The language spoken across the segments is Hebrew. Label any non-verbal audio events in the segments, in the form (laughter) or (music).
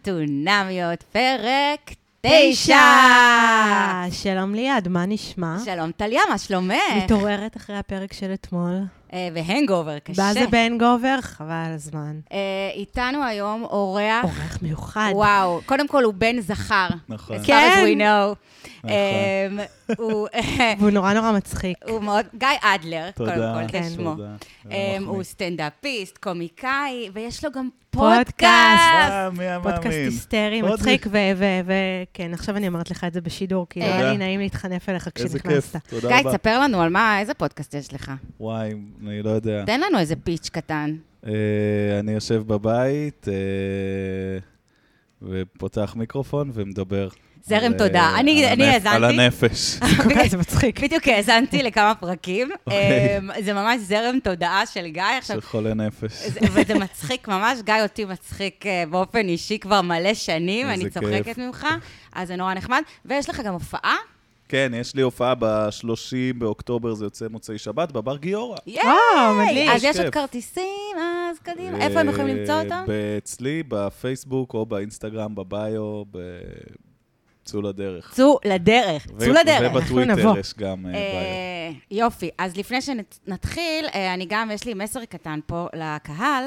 חתונמיות, פרק תשע! תשע! שלום ליעד, מה נשמע? שלום טליה, מה שלומך? מתעוררת אחרי הפרק של אתמול. אה, והנגובר, קשה. באז בנגובר, חבל על הזמן. אה, איתנו היום אורח, אורח מיוחד. וואו, קודם כל הוא בן זכר. נכון. As far כן. as we know. נכון. אה, הוא- (laughs) והוא נורא נורא מצחיק. הוא מאוד, גיא אדלר, קודם תודה, כל, כן. זה שמו. תודה. אה, מחמיא. הוא סטנדאפיסט, קומיקאי, ויש לו גם פודקאסט. פודקאסט. אה, מי היה פודקאסט מאמין? היסטרי, עוד מצחיק, וכן, כן, עכשיו אני אומרת לך את זה בשידור, כי לא תודה. היה לי נעים להתחנף אליך איזה כיף, כשנכנסת. תודה גיא, רבה. תספר לנו על מה, איזה פודקאסט יש לך. וואי, אני לא יודע. תן לנו איזה פיץ' קטן. אה, אני יושב בבית אה, ופותח מיקרופון ומדבר. זרם על, תודה. אה, אני- על אני הנפ- האזנתי. על הנפש. (laughs) אוקיי, זה מצחיק. בדיוק האזנתי לכמה פרקים. אוקיי. אמ, זה ממש זרם תודעה של גיא. עכשיו, של חולה נפש. זה- וזה מצחיק ממש, גיא אותי מצחיק אה, באופן אישי כבר מלא שנים, איזה אני כיף. צוחקת ממך, אז זה נורא נחמד. ויש לך גם הופעה? כן, יש לי הופעה ב-30 באוקטובר, זה יוצא מוצאי שבת, בבר גיורא. ייי! וואו, מדהים. אז יש אה, כיף. עוד כרטיסים, אז קדימה. איפה הם יכולים למצוא אה, אותם? ב- אצלי, בפייסבוק או באינסטגרם, בביו, בצאו לדרך. צאו לדרך, ו- צאו לדרך. נבוא. ובטוויטר יש גם אה, ביו. אה, יופי, אז לפני שנתחיל, אה, אני גם, יש לי מסר קטן פה לקהל.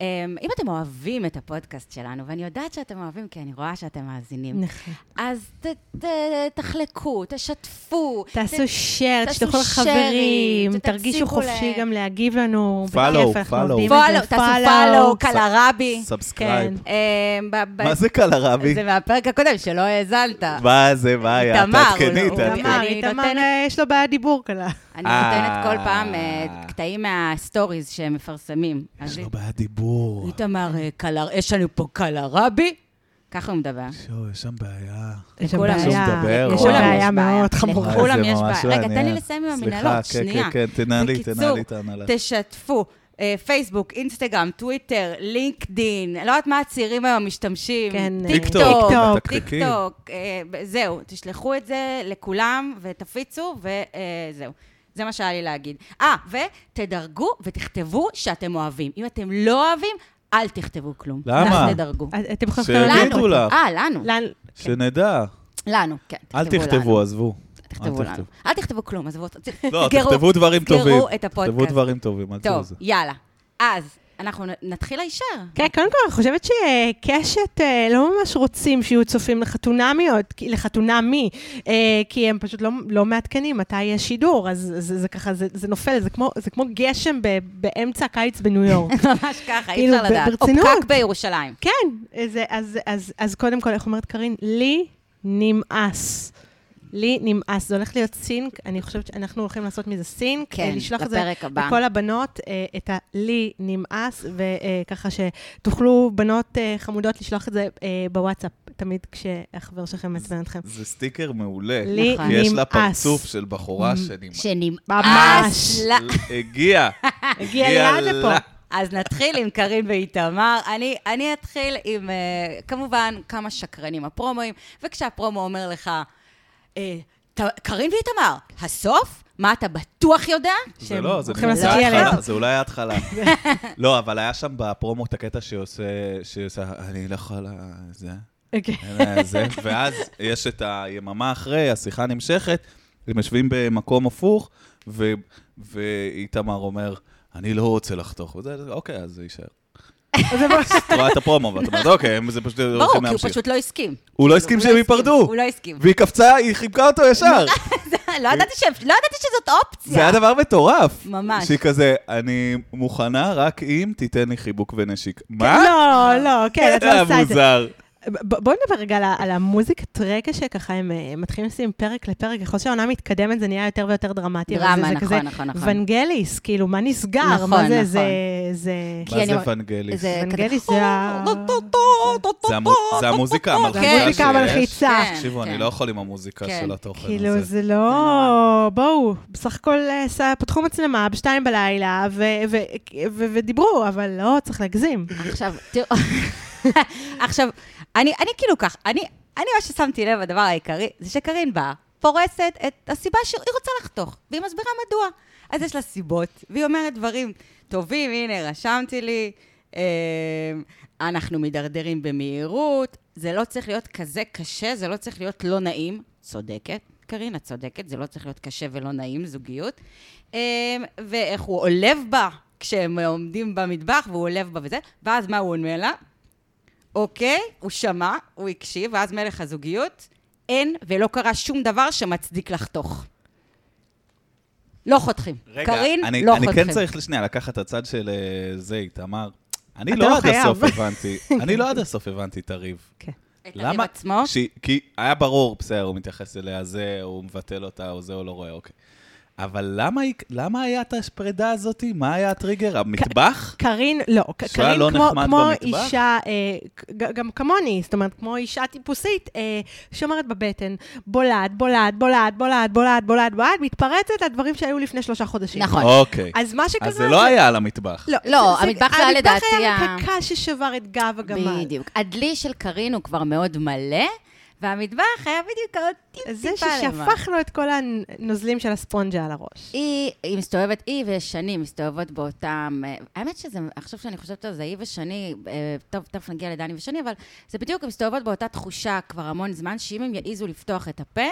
אה, אם אתם אוהבים את הפודקאסט שלנו, ואני יודעת שאתם אוהבים, כי אני רואה שאתם מאזינים, נכון. אז ת, ת, תחלקו, תשתפו. ת- תעשו שייר, תעשו תשלחו לחברים, sharing, תרגישו תציגו חופשי להם. גם להגיב לנו. Follow, בכיף, אנחנו follow. עובדים על follow, זה. תעשו follow. פאלו, סאב- קלרבי. סאבסקרייב. כן. אה, ב- ב- מה זה קלרבי? זה מהפרק הקודם, שלא האזנת. מה זה, מה היה? איתמר, הוא תעדכני, לא- הוא תעדכני. תמר, אני איתמר, נותנת- אה, יש לו בעיית דיבור קלה. אני אה. נותנת כל פעם אה, קטעים מהסטוריז שהם מפרסמים. אז יש לו בעיה דיבור. איתמר, אה, קלר- יש לנו פה קלרבי? ככה הוא מדבר. שו, יש שם בעיה. יש שם לכולם בעיה, יש מדבר, יש שם וואו. בעיה מאוד חמורה. לכולם אה, זה יש ממש בעיה. רגע, מעניין. תן לי לסיים עם סליחה, המנהלות, כן, שנייה. כן, כן, תנהלי, בקיצור, תנהלי את ההנהלה. תשתפו. אה, פייסבוק, אינסטגרם, טוויטר, לינקדין, לא יודעת מה הצעירים היום משתמשים. כן, טיק טיק טוק, טוק, טיק מתקתקים. טוק, אה, ב- זהו, תשלחו את זה לכולם ותפיצו וזהו. זה מה שהיה לי להגיד. אה, ותדרגו ותכתבו שאתם אוהבים. אם אתם לא אוהבים, אל תכתבו כלום. למה? רק תדרגו. את- אה, אתם יכולים שיגידו לכתוב לנו. לנו. לך. אה, לנו. לנו. כן. שנדע. לנו, כן. אל לנו. תכתבו, עזבו. תכתבו אל לנו. תכתבו. אל תכתבו כלום, עזבו אותו. תסגרו- לא, תכתבו דברים טובים. תסגרו את תכתבו הפודקאסט. דברים טובים, אל תעשו את טוב, זה. יאללה. אז אנחנו נ- נתחיל הישר. (laughs) כן, קודם כל, אני חושבת שקשת אה, לא ממש רוצים שיהיו צופים לחתונמיות, כי- לחתונמי, אה, כי הם פשוט לא, לא מעדכנים מתי יש שידור, אז זה, זה ככה, זה, זה נופל, זה כמו, זה כמו גשם ב, באמצע הקיץ בניו יורק. ממש ככה, אי כאילו, אפשר ב- לדעת. או ברצינות. פקק בירושלים. כן, זה, אז, אז, אז קודם כל, איך אומרת קארין? לי נמאס. לי נמאס, זה הולך להיות סינק, אני חושבת שאנחנו הולכים לעשות מזה סינק. כן, אה, לשלוח את זה לפרק הבא. לכל הבנות, אה, את ה"לי נמאס", וככה שתוכלו, בנות אה, חמודות, לשלוח את זה אה, בוואטסאפ, תמיד כשהחבר שלכם מעצבן אתכם. זה סטיקר מעולה. לי נכון. כי יש לה נמאס. פרצוף של בחורה שנמאס. שנמאס ממש. לה. (laughs) הגיע. הגיע ליד לה. לפה. אז נתחיל עם קארין ואיתמר. אני, אני אתחיל עם, אה, כמובן, כמה שקרנים הפרומואים, וכשהפרומו אומר לך, אה, ת- קארין ואיתמר, הסוף? מה אתה בטוח יודע? זה שהם לא, זה הולכים זה לעשות ההתחלה, ילד. זה אולי ההתחלה. לא, אבל היה שם בפרומו את הקטע שעושה, שעושה, אני לא יכולה, זה, אוקיי. אין לה זה, ואז יש את היממה אחרי, השיחה נמשכת, הם יושבים במקום הפוך, ו- ואיתמר אומר, אני לא רוצה לחתוך, וזה, זה, אוקיי, אז זה יישאר. את רואה את הפרומו, ואת אומרת, אוקיי, הם- זה פשוט ברור, הולכים כי הוא להמשיך. פשוט לא הסכים. הוא לא הסכים שהם ייפרדו, הוא לא הסכים. (laughs) והיא קפצה, היא חיבקה אותו ישר. לא ידעתי שהם- לא ידעתי שזאת אופציה. זה היה דבר מטורף. ממש. שהיא כזה, אני מוכנה רק אם תיתן לי חיבוק ונשיק. מה? לא, לא, כן, את לא זה עושה היה את זה. מוזר. ב- בואו נדבר רגע על, ה- על המוזיקת רקע שככה הם אה, מתחילים לשים פרק לפרק, ככל שהעונה מתקדמת זה נהיה יותר ויותר דרמטי. אבל דרמה, זה- זה נכון, כזה נכון, נכון. ונגליס, כאילו, מה נסגר? נכון, מה זה, נכון. זה, זה... כי מה אני- זה ונגליס? זה כזה- ונגליס זה ה- זה המו- זה המוזיקה המלחיצה כן. המוזיקה שיש. המלחיצה. כן, תקשיבו, כן. אני לא יכול עם המוזיקה כן. של התוכן כאילו, הזה. זה לא... בואו, בסך הכל אה, ס- פתחו מצלמה בשתיים בלילה ו- ו- ו- ודיברו, אבל לא, צריך להגזים. עכשיו, תראו, (laughs) עכשיו, אני, אני כאילו כך, אני, אני מה ששמתי לב, הדבר העיקרי, זה שקרין באה, פורסת את הסיבה שהיא רוצה לחתוך, והיא מסבירה מדוע. אז יש לה סיבות, והיא אומרת דברים טובים, הנה, רשמתי לי, אמ, אנחנו מידרדרים במהירות, זה לא צריך להיות כזה קשה, זה לא צריך להיות לא נעים. צודקת, קרין, את צודקת, זה לא צריך להיות קשה ולא נעים, זוגיות. אמ, ואיך הוא עולב בה כשהם עומדים במטבח, והוא עולב בה וזה, ואז מה הוא עונה לה? אוקיי, הוא שמע, הוא הקשיב, ואז מלך הזוגיות, אין ולא קרה שום דבר שמצדיק לחתוך. לא חותכים. קרין, אני, לא אני חותכים. כן צריך שנייה לקחת את הצד של אה, זה, איתמר. אני אתה לא לא עד הסוף חייב. (laughs) הבנתי, אני לא עד הסוף הבנתי את הריב. כן. את הריב למה? עצמו? כי- כי היה ברור, בסדר, הוא מתייחס אליה, זה, הוא מבטל אותה, או זה, הוא לא רואה, אוקיי. אבל למה, היא- למה היה את הפרידה הזאת? מה היה הטריגר? המטבח? קארין, לא, ק- שהיה קארין לא כמו, נחמד כמו במטבח? אישה, אה, ג- גם כמוני, זאת אומרת, כמו אישה טיפוסית, אה, שומרת בבטן, בולעת, בולעת, בולעת, בולעת, בולעת, בולעת, בולעת, מתפרצת לדברים שהיו לפני שלושה חודשים. נכון. אוקיי. אז מה שקרה... אז זה לא היה על המטבח. לא, זה- המטבח זה היה לדעתי המטבח ה- היה מקקה ששבר את גב הגמל. בדיוק. הדלי של קרין הוא כבר מאוד מלא, והמטבח היה בדיוק עוד טיפ-טיפה זה למעלה. ששפך לו את כל הנוזלים של הספונג'ה על הראש. היא, היא מסתובבת, היא ושני מסתובבות באותם... אה, האמת שזה, עכשיו שאני חושבת על זה, היא ושני, אה, טוב, תכף נגיע לדני ושני, אבל זה בדיוק, הן מסתובבות באותה תחושה כבר המון זמן, שאם הם יעיזו לפתוח את הפה,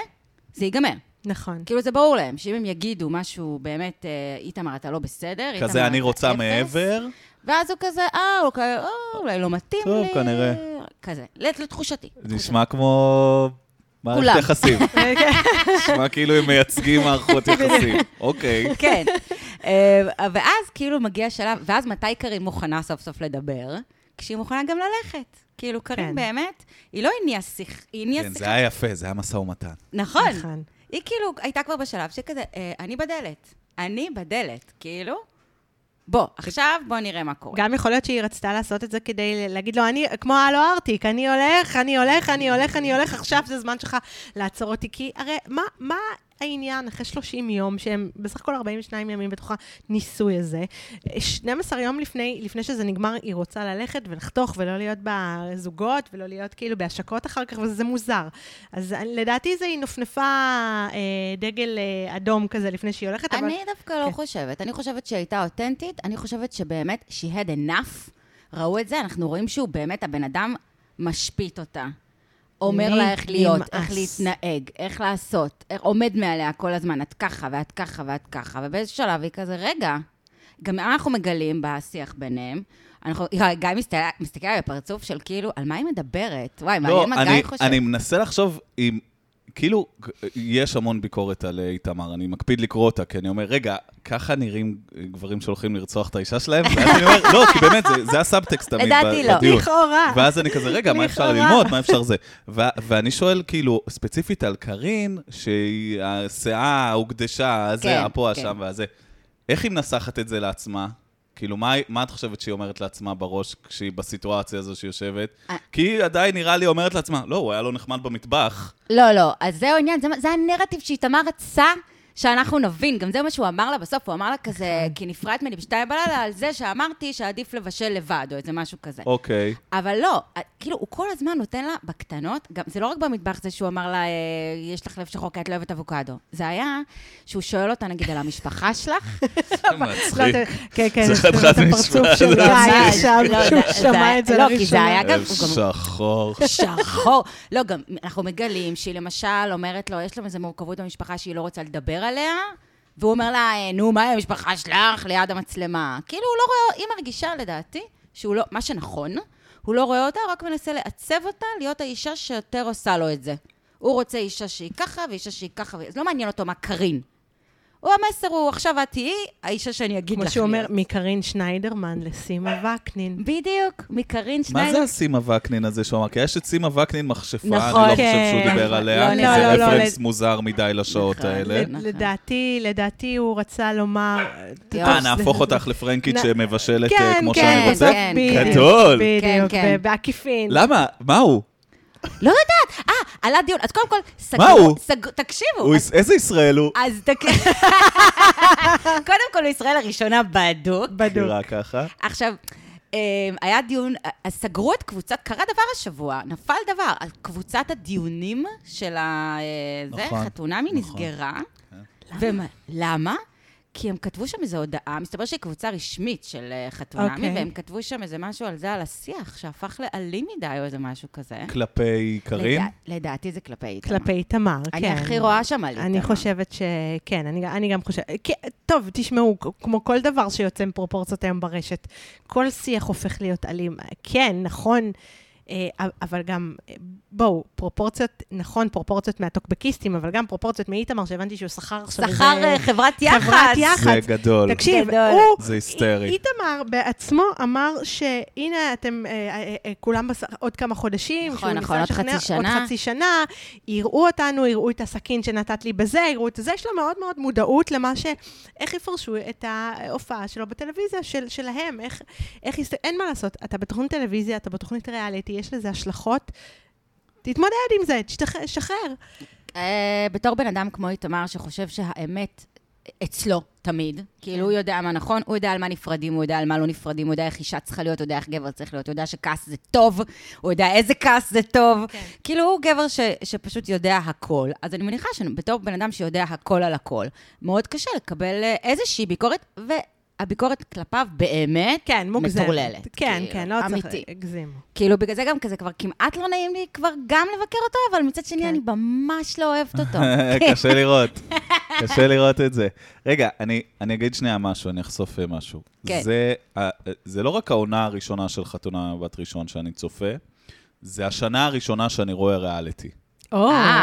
זה ייגמר. נכון. כן. כאילו, זה ברור להם, שאם הם יגידו משהו באמת, אה, איתמר, אתה לא בסדר, איתמר, כזה אני אתה רוצה אפס", מעבר. ואז הוא כזה, אה, הוא כזה, "אה, אולי לא מתאים לי. טוב, כנראה. כזה, לתחושתי. זה נשמע כמו... מערכת כולם. (laughs) אוקיי. יחסים. נשמע כאילו הם מייצגים מערכות יחסים. אוקיי. כן. אה, ואז כאילו מגיע שלב, ואז מתי קארין מוכנה סוף סוף לדבר? כשהיא מוכנה גם ללכת. כאילו, קארין כן. באמת, היא לא הניעה שיח, היא הניעה כן, זה שיחה. היה יפה, זה היה משא ומתן. נכון. נכון. היא כאילו הייתה כבר בשלב שכזה, "אה, אני בדלת. אני בדלת, כאילו. בוא, עכשיו בוא נראה מה קורה. גם יכול להיות שהיא רצתה לעשות את זה כדי להגיד לו, אני, כמו הלו ארטיק, אני הולך, אני הולך, אני הולך, אני הולך, עכשיו זה זמן שלך לעצור אותי. כי הרי מה, מה העניין אחרי 30 יום, שהם בסך הכל 42 ימים בתוך הניסוי הזה, 12 יום לפני, לפני שזה נגמר, היא רוצה ללכת ולחתוך ולא להיות בזוגות ולא להיות כאילו בהשקות אחר כך, וזה מוזר. אז אני- לדעתי זה היא נופנפה אה, דגל אה, אדום כזה לפני שהיא הולכת, אבל... אני דווקא לא כן. חושבת. אני חושבת שהיא הייתה אותנטית, אני חושבת שבאמת, she had enough, ראו את זה, אנחנו רואים שהוא באמת, הבן אדם משפיט אותה. אומר לי לה איך להיות, נמאס. איך להתנהג, איך לעשות, איך עומד מעליה כל הזמן, את ככה ואת ככה ואת ככה, ובאיזשהו שלב היא כזה, רגע. גם אנחנו מגלים בשיח ביניהם, אנחנו, גיא מסתכל, מסתכל עלי בפרצוף של כאילו, על מה היא מדברת? וואי, לא, מעניין מה אני, גיא חושב. אני מנסה לחשוב אם... כאילו, יש המון ביקורת על אה, איתמר, אני מקפיד לקרוא אותה, כי אני אומר, רגע, ככה נראים גברים שהולכים לרצוח את האישה שלהם? ואז אני אומר, לא, כי באמת, זה, זה הסאבטקסט תמיד ב- לדעתי לא. בדיון. לכאורה. ואז אני כזה, רגע, מה אפשר לכאורה. ללמוד, מה אפשר זה? ו- ואני שואל, כאילו, ספציפית על קארין, שהיא, הסאה הוגדשה, כן, זה, הפה, כן. השם והזה. איך היא מנסחת את זה לעצמה? כאילו, מה, מה את חושבת שהיא אומרת לעצמה בראש כשהיא בסיטואציה הזו שהיא יושבת? אה. כי היא עדיין נראה לי אומרת לעצמה, לא, הוא היה לא נחמד במטבח. לא, לא, אז זהו העניין, זה, זה הנרטיב שאיתמר רצה שאנחנו נבין, גם זה מה שהוא אמר לה בסוף, הוא אמר לה כזה, כי נפרדת ממני בשתיים בלילה על זה שאמרתי שעדיף לבשל לבד, או איזה משהו כזה. אוקיי. (laughs) אבל לא, כאילו, הוא כל הזמן נותן לה בקטנות, גם, זה לא רק במטבח זה שהוא אמר לה, אה, יש לך לב שחור כי את לא אוהבת אבוקדו. זה היה שהוא שואל אותה, נגיד, על המשפחה שלך, מצחיק. לא, אתה- כן, כן, זה זאת אומרת, חד-חד הפרצוף נשמע, של זה גיא מצחיק. עכשיו, לא, שהוא זה- שמע את זה לא, כי זה לראשונה. היה גם- לב הוא שחור. שחור. (laughs) לא, גם אנחנו מגלים שהיא למשל אומרת לו, יש להם איזו מורכבות במשפחה שהיא לא רוצה לדבר עליה, והוא אומר לה, "אה, נו, מה עם המשפחה שלך? ליד המצלמה. כאילו, הוא לא רואה, היא מרגישה, לדעתי, שהוא לא, מה שנכון, הוא לא רואה אותה, הוא רק מנסה לעצב אותה להיות האישה שיותר עושה לו את זה. הוא רוצה אישה שהיא ככה, ואישה שהיא ככה, אז לא מעניין אותו מה קרין. הוא המסר הוא, עכשיו את תהיי האישה שאני אגיד לך. כמו שהוא אומר, להיות." מקרין שניידרמן לסימה כן, וקנין. בדיוק, מקרין מה שניידר. זה הסימה וקנין הזה שהוא אמר? כי יש את סימה וקנין מכשפה, אני נכון. לא חושב כן. שהוא דיבר נכון. עליה, לא, כי לא, זה לא, לא, רפרנס לד- מוזר מדי לשעות נכון. האלה. לד- לדעתי, לדעתי הוא רצה לומר... אה, יואו, נהפוך אותך לפרנקית נ- שמבשלת אה, כן, כמו כן, שאני רוצה? כן, בדיוק, גדול. בדיוק, כן, כן. בעקיפין. למה? מה הוא? לא יודעת. אה, עלה דיון. אז קודם כל, סגרו... מה הוא? סג... תקשיבו. הוא אז, יש- איזה ישראל אה, הוא? אז תק... (laughs) קודם כל, הוא ישראל הראשונה בדוק. בדוק. נראה ככה. עכשיו, אה, היה דיון, אז סגרו את קבוצת, קרה דבר השבוע, נפל דבר, אז קבוצת הדיונים של ה... אה, זה, נכון, חתונמי נכון. נסגרה. ומה- למה? כי הם כתבו שם איזו הודעה, מסתבר שהיא קבוצה רשמית של אה, חתונמי, אוקיי. והם כתבו שם איזה משהו על זה, על השיח, שהפך לאלים מדי או איזה משהו כזה. כלפי קרים? לדע- לדעתי זה כלפי איתמר. כלפי תמר, כן. אני הכי רואה שם על איתמר. אני חושבת שכן, אני, אני גם חושבת... כן, טוב, תשמעו, כ- כמו כל דבר שיוצא מפרופורציות היום ברשת, כל שיח הופך להיות אלים. כן, נכון, אה, אבל גם, אה, בואו, פרופורציות, נכון, פרופורציות מהטוקבקיסטים, אבל גם פרופורציות מאיתמר, שהבנתי שהוא שכר עכשיו שכר אה, חברת יח"צ. חברת יח"צ. זה גדול. תקשיב, גדול. הוא... זה היסטרי. איתמר בעצמו אמר שהנה אתם אה, אה, אה, כולם בס... עוד כמה חודשים, נכון, שהוא ניסה נכון, עוד לשכנע- חצי עוד שנה. חצי שנה, יראו אותנו, יראו את הסכין שנתת לי בזה, יראו את זה, יש לו מאוד מאוד מודעות למה ש... איך יפרשו את ההופעה שלו בטלוויזיה של, שלהם, איך... איך יסת... אין מה לעשות, אתה בתוכנית טלוויזיה, אתה בתוכנית ריאליטי, יש לזה השלכות. תתמודד עם זה, תשתחרר. שחרר. אה, בתור בן אדם כמו איתמר, שחושב שהאמת אצלו תמיד, כן. כאילו הוא יודע מה נכון, הוא יודע על מה נפרדים, הוא יודע על מה לא נפרדים, הוא יודע איך אישה צריכה להיות, הוא יודע איך גבר צריך להיות, הוא יודע שכעס זה טוב, הוא יודע איזה כעס זה טוב. כאילו הוא גבר ש, שפשוט יודע הכל. אז אני מניחה שבתור בן אדם שיודע הכל על הכל, מאוד קשה לקבל אה, איזושהי ביקורת, והביקורת כלפיו באמת כן, מוגזם. מטורללת. כן, כאילו, כן, לא צריך אמיתי. להגזים. כאילו, בגלל זה גם כזה כבר כמעט לא נעים לי כבר גם לבקר אותו, אבל מצד שני כן. אני ממש לא אוהבת (laughs) אותו. (laughs) קשה לראות, קשה לראות את זה. רגע, אני, אני אגיד שנייה משהו, אני אחשוף אה, משהו. כן. זה, אה, זה לא רק העונה הראשונה של חתונה בת ראשון שאני צופה, זה השנה הראשונה שאני רואה ריאליטי. או, אה,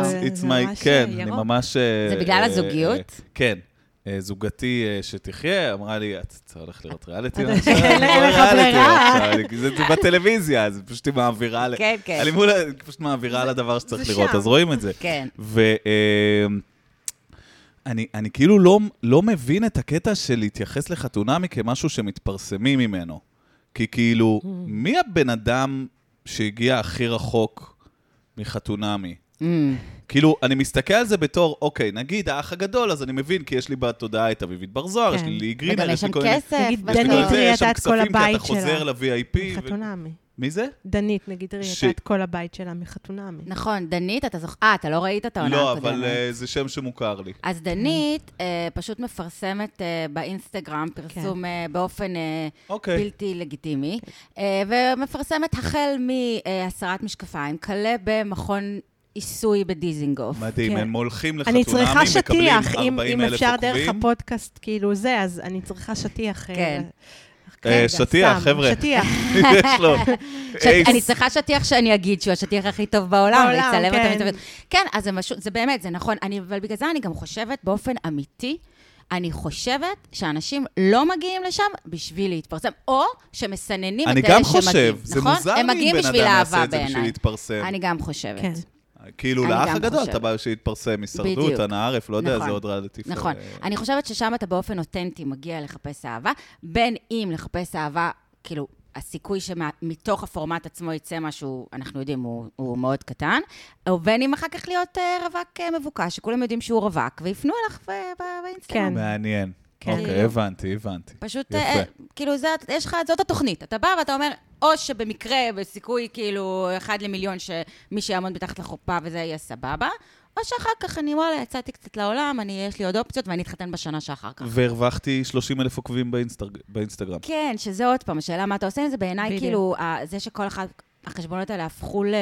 וואו. It's- it's my, כן, אה, אני ממש... זה בגלל הזוגיות? כן. אה, זוגתי אה, שתחיה, אמרה לי, את אתה הולך לראות ריאליטי אתה- עכשיו? אין אני רואה לך ריאליטי ברירה." עכשיו." אני- זה זה בטלוויזיה, אז פשוט היא מעבירה... ל- כן, כן. אני מול ה- היא פשוט מעבירה לדבר שצריך זה לראות, שם. אז רואים את זה. כן. ו... אה, אני, אני כאילו לא, לא מבין את הקטע של להתייחס לחתונמי כמשהו שמתפרסמים ממנו. כי Mm. כאילו, מי הבן אדם שהגיע הכי רחוק מחתונמי? Mm. כאילו, אני מסתכל על זה בתור, אוקיי, נגיד האח הגדול, אז אני מבין, כי יש לי בתודעה את אביבית בר זוהר, יש כן. לי ליהי גרינר, וגם יש יש שם לי כל מיני... כסף. לא נגיד בסוף. יש לי דנית כל זה, יש ראייתה שם את כל כספים, כי הבית אתה חוזר שלה. ל-VIP. ו- מחתונמי. מי זה? דנית, נגיד, ש- ראייתה את כל הבית שלה מחתונמי. נכון, דנית, אתה זוכר... אה, אתה לא ראית את העונה לא, הקודמת. אבל אה, זה שם שמוכר לי. אז דנית אה, פשוט מפרסמת אה, באינסטגרם כן. פרסום אה, באופן אה, אוקיי. בלתי לגיטימי, אה, ומפרסמת החל מהסרת משקפיים, כלה במכון עיסוי בדיזינגוף. מדהים, כן. הם הולכים לחתונמי, אני צריכה מקבלים שטיח, אם- 40 אם אלף אפשר דרך עוקבים. הפודקאסט, כאילו זה, אז אני צריכה שטיח. אה, כן. כן, אה, גם שטיח, סתם, חבר'ה. (laughs) שטיח. (laughs) יש (laughs) לו. אה, שט- אייס. אני צריכה שטיח שאני אגיד שהוא השטיח הכי טוב בעולם, בעולם, ויצלם כן. אותו מצוות. כן, אז זה משהו, זה באמת, זה נכון. אני, אבל בגלל זה אני גם חושבת באופן אמיתי, אני חושבת שאנשים לא מגיעים לשם בשביל להתפרסם, או שמסננים את אני אלה שמגיעים, גם חושב, זה נכון? מוזר הם לי מגיעים אם בן בשביל אדם יעשה אהבה את זה בשביל בעיניי. להתפרסם. אני גם חושבת. כן. כאילו, אני לאח גם הגדול, חושבת. אתה בא שהתפרסם, הישרדות, בדיוק. הנאה ערף, לא יודע, נכון. זה עוד רדיטיף. נכון. אני חושבת ששם אתה באופן אותנטי מגיע לחפש אהבה, בין אם לחפש אהבה, כאילו, הסיכוי שמתוך הפורמט עצמו יצא משהו, אנחנו יודעים, הוא, הוא מאוד קטן, ובין אם אחר כך להיות אה, רווק אה, מבוקש, שכולם יודעים שהוא רווק, ויפנו אליך ב- ב- באינסטגרם. כן. מעניין. כן. אוקיי, הבנתי, הבנתי. פשוט, יפה. אה, כאילו, זה, יש לך, זאת התוכנית. אתה בא ואתה אומר, או שבמקרה, בסיכוי, כאילו, אחד למיליון, שמי שיעמוד מתחת לחופה וזה יהיה סבבה, או שאחר כך אני, וואלה, יצאתי קצת לעולם, אני, יש לי עוד אופציות, ואני אתחתן בשנה שאחר כך. והרווחתי 30 אלף עוקבים באינסטג- באינסטגרם. כן, שזה עוד פעם, השאלה מה אתה עושה עם זה, בעיניי בדיוק. כאילו, ה- זה שכל אחד, החשבונות האלה הפכו ל...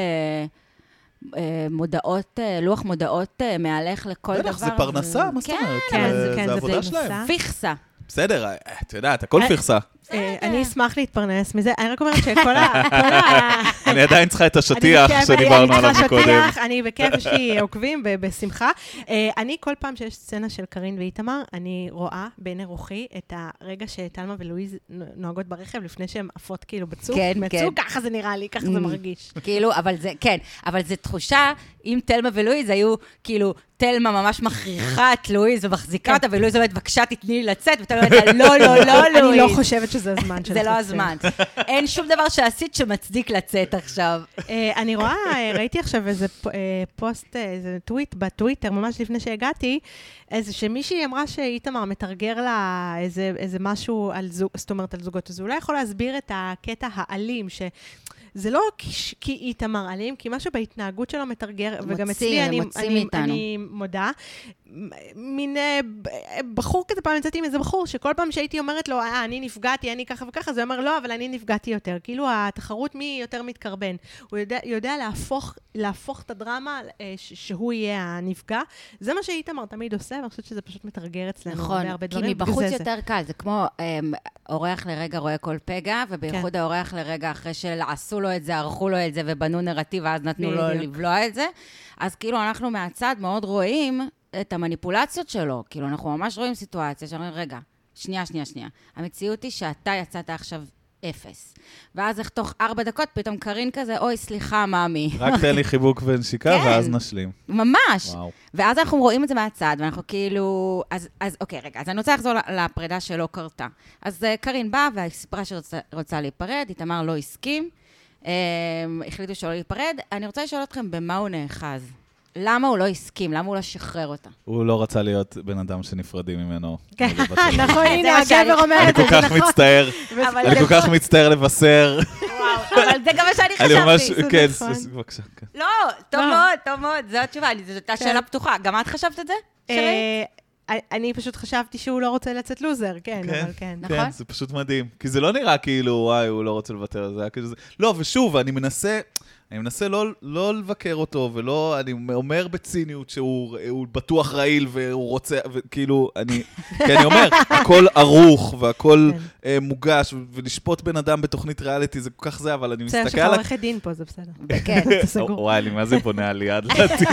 אה, מודעות, אה, לוח מודעות אה, מהלך לכל דבר. בטח, זה פרנסה, מה זאת אומרת? כן, כן, זה- זה- כן, זה זה עבודה פרנסה. שלהם. כן, פיכסה. בסדר, אה, את יודעת, הכל אה, פרסה. אה, אני אשמח להתפרנס מזה. אני רק אומרת שכל ה... (laughs) כל ה- אני עדיין צריכה את השטיח אני בכיף, שדיברנו אני- עליו אני צריכה מקודם. שטיח, אני בכיף, יש לי עוקבים, ב- בשמחה. אה, אני, כל פעם שיש סצנה של קארין ואיתמר, אני רואה בעיני רוחי את הרגע שטלמה ולואיז נ- נוהגות ברכב לפני שהן עפות כאילו בצוק. כן, מהצוק, כן. ככה זה נראה לי, ככה זה מרגיש. כאילו, אבל זה, כן, אבל זו תחושה, אם תלמה ולואיז היו, כאילו, תלמה ממש מכריחה את לואיז ומחזיקה אותה, ולואיז אומרת, בבקשה, תתני לי לצאת, ותלמה אומרת, לה, לא, לא, לא, כן. (laughs) אני לואיז. לא חושבת שזה הזמן של זה לא הזמן. אין שום דבר שעשית שמצדיק לצאת עכשיו. אה, אני רואה, אה, ראיתי עכשיו איזה פ- אה, פוסט, אה, איזה טוויט בטוויטר, ממש לפני שהגעתי, איזה שמישהי אמרה שאיתמר מתרגר לה איזה, איזה משהו על זוג, זאת אומרת על זוגות, אז הוא אולי יכול להסביר את הקטע האלים, ש... זה לא כי ש- כי איתמר אלים, כי משהו בהתנהגות שלו מתרגר, וגם מוציא, אצלי, אני, מוציא אני, מאיתנו. אני מודה, מ- מין אה, ב- אה, בחור כזה, פעם יצאתי עם איזה בחור, שכל פעם שהייתי אומרת לו, אה, אני נפגעתי, אני ככה וככה, אז הוא אומר, לא, אבל אני נפגעתי יותר. כאילו, התחרות מי יותר מתקרבן. הוא יודע, יודע להפוך, להפוך את הדרמה, אה, ש- שהוא יהיה הנפגע. זה מה שאיתמר תמיד עושה, ואני חושבת שזה פשוט מתרגר אצלנו נכון, הרבה הרבה כי דברים. בגלל מבחוץ זה זה. יותר קל, זה כמו אמ, אורח לרגע רואה כל פגע, ובייחוד כן. האורח לרגע אחרי שעשו לו את זה, ערכו לו את זה, ובנו נרטיב, ואז נתנו לו בדיוק. לבלוע את זה. אז כאילו, אנחנו מהצד מאוד רואים את המניפולציות שלו. כאילו, אנחנו ממש רואים סיטואציה שאומרים, רגע, שנייה, שנייה, שנייה. המציאות היא שאתה יצאת עכשיו אפס. ואז איך תוך ארבע דקות פתאום קארין כזה, אוי, סליחה, מאמי. רק תן לי חיבוק ונשיקה, כן. ואז נשלים. (laughs) ממש. וואו. ואז אנחנו רואים את זה מהצד, ואנחנו כאילו... אז, אז אוקיי, רגע, אז אני רוצה לחזור ל- לפרידה שלא קרתה. אז אה, קארין באה וסיפרה שרוצה רוצה להיפרד, איתמר לא הסכים, אה, החליטו שלא להיפרד. אני רוצה לשאול אתכם במה הוא נאחז. למה הוא לא הסכים? למה הוא לא שחרר אותה? הוא לא רצה להיות בן אדם שנפרדים ממנו. כן, אני בטוח. נכון, (laughs) זה הנה, מה שאני- הגבר אומר אני את זה, כל זה כך נכון. מצטער, אבל אני זה- כל כך מצטער לבשר. (laughs) אבל זה גם מה שאני אני ממש, חשבתי. כן, נכון. ס- בבקשה, כן. לא, טוב לא. מאוד, טוב מאוד, זו התשובה, אני- זו הייתה כן. שאלה פתוחה. גם את חשבת את זה? שרי? אה, אני פשוט חשבתי שהוא לא רוצה לצאת לוזר, כן, כן. אבל כן. נכון. כן, זה פשוט מדהים. כי זה לא נראה כאילו, וואי, הוא לא רוצה לוותר על זה. היה כאילו זה- לא, ושוב, אני מנסה, אני מנסה לא- לא לבקר אותו, ולא, אני אומר בציניות שהוא הוא בטוח רעיל, והוא רוצה, (laughs) וכאילו, אני, כי אני אומר, הכל ערוך, והכל כן. אה, מוגש, ו- ולשפוט בן אדם בתוכנית ריאליטי, זה כל כך זה, אבל אני בסדר, יש מסתכל לך (laughs) על... ה- עורכת דין פה, זה בסדר. (laughs) כן. זה סגור. וואי, אני מה זה בונה על יד (laughs) לעתיד.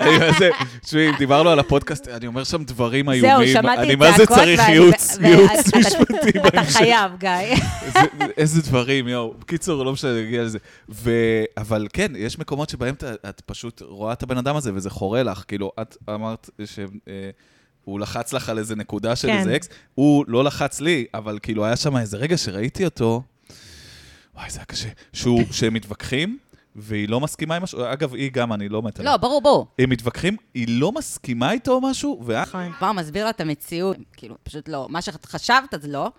אני מה זה, תשמעי, אם דיברנו על הפודקאסט, אני אומר שם דברים איומים. שמעתי אני את מה זה צעקות, צריך ואני- ייעוץ, ו- ייעוץ ואתה- משפטי אתה בהמשך. חייב, גיא. איזה- איזה דברים, יואו. בקיצור, לא משנה, נגיע לזה. ו... אבל כן, יש מקומות שבהם את, את פשוט רואה את הבן אדם הזה וזה חורה לך. כאילו, את אמרת ש... אה, הוא לחץ לך על איזה נקודה של כן. איזה אקס, הוא לא לחץ לי, אבל כאילו היה שם איזה רגע שראיתי אותו, וואי, זה היה קשה, שהוא, שהם מתווכחים, והיא לא מסכימה עם משהו, אגב, היא גם, אני לא מת עליה. לא, ברור, ברור. הם מתווכחים, היא לא מסכימה איתו או משהו, ואז... נכון. כבר מסביר לה את המציאות, כאילו, פשוט לא, מה שחשבת אז לא.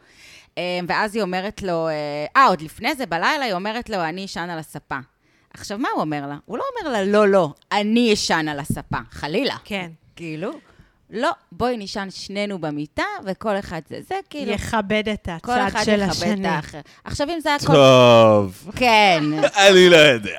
אה, ואז היא אומרת לו, אה, אה, עוד לפני זה, בלילה, היא אומרת לו, אני אשן על הספה. עכשיו, מה הוא אומר לה? הוא לא אומר לה, לא, לא, אני אשן על הספה, חלילה. כן. כאילו, לא, בואי נישן שנינו במיטה, וכל אחד זה זה, כאילו, יכבד את כל הצד אחד של יכבד את השני. האחר. עכשיו, אם זה היה כל... טוב, כן. אני לא יודע.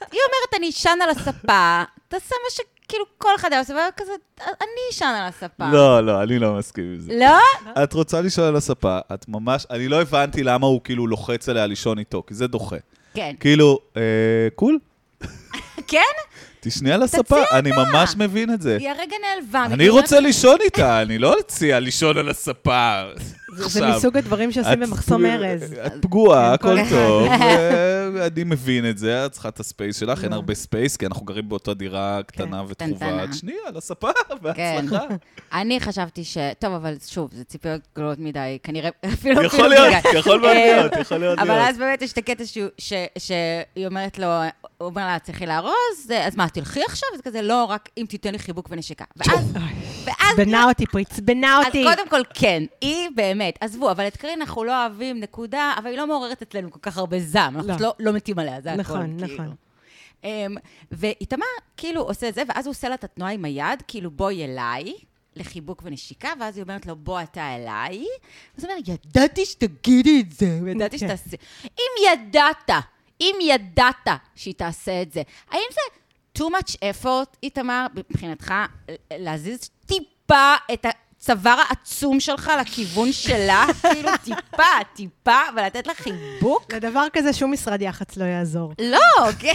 היא אומרת, אני אשן על הספה, תעשה מה שכאילו כל אחד היה עושה, והוא כזה, אני אשן על הספה. אה. לא, לא, אני לא מסכים עם זה. לא? את רוצה לישון על הספה, את ממש... אני לא הבנתי למה הוא כאילו לוחץ עליה לישון איתו, כי זה דוחה. כן. כאילו, אה, קול, כן? תשני על הספה, תציע אני אתה. ממש מבין את זה. היא הרגע נעלבה. אני מתעוררת- רוצה לישון איתה, אני לא אציע לישון על הספה. זה עכשיו. מסוג הדברים שעושים את- במחסום ארז. את פגועה, כן, כל הכל אחד. (laughs) טוב, אה, אני מבין את זה, את צריכה את הספייס שלך, אין לא. כן, הרבה ספייס, כי אנחנו גרים באותה דירה קטנה ותחובה. קטנטנה. את שנייה, על הספה, בהצלחה. אני חשבתי ש... טוב, אבל שוב, זה ציפיות גדולות מדי, כנראה (laughs) אוקיי, אפילו... יכול אפילו להיות, מדי. יכול מאוד אה, להיות, יכול מאוד אבל להיות. אז באמת יש את הקטע שהוא- ש- שהיא אומרת לו, הוא אומר לה, צריכי לארוז, אה, אז מה, תלכי עכשיו? זה כזה, לא, רק אם תיתן לי חיבוק ונשיקה. ואז, ואז לא- עצבנה אותי פה, עצבנה אז אותי. קודם כל, כן, היא באמת, עזבו, אבל את קרין אנחנו לא אוהבים, נקודה, אבל היא לא מעוררת אצלנו כל כך הרבה זעם, לא. אנחנו לא, לא מתים עליה, זה הכל, נכון, כאילו. נכון. אמ, ואיתמר כאילו עושה את זה, ואז הוא עושה לה את התנועה עם היד, כאילו בואי אליי, לחיבוק ונשיקה, ואז היא אומרת לו, בוא אתה אליי. אז הוא אומר, ידעתי שתגידי את זה, ידעתי כן. שתעשי... אם ידעת, אם ידעת שהיא תעשה את זה, האם זה too much effort, איתמר, מבחינתך, להזיז טיפה את ה... צוואר העצום שלך לכיוון שלה, כאילו טיפה, טיפה, ולתת לה חיבוק? לדבר כזה שום משרד יח"צ לא יעזור. לא, כן.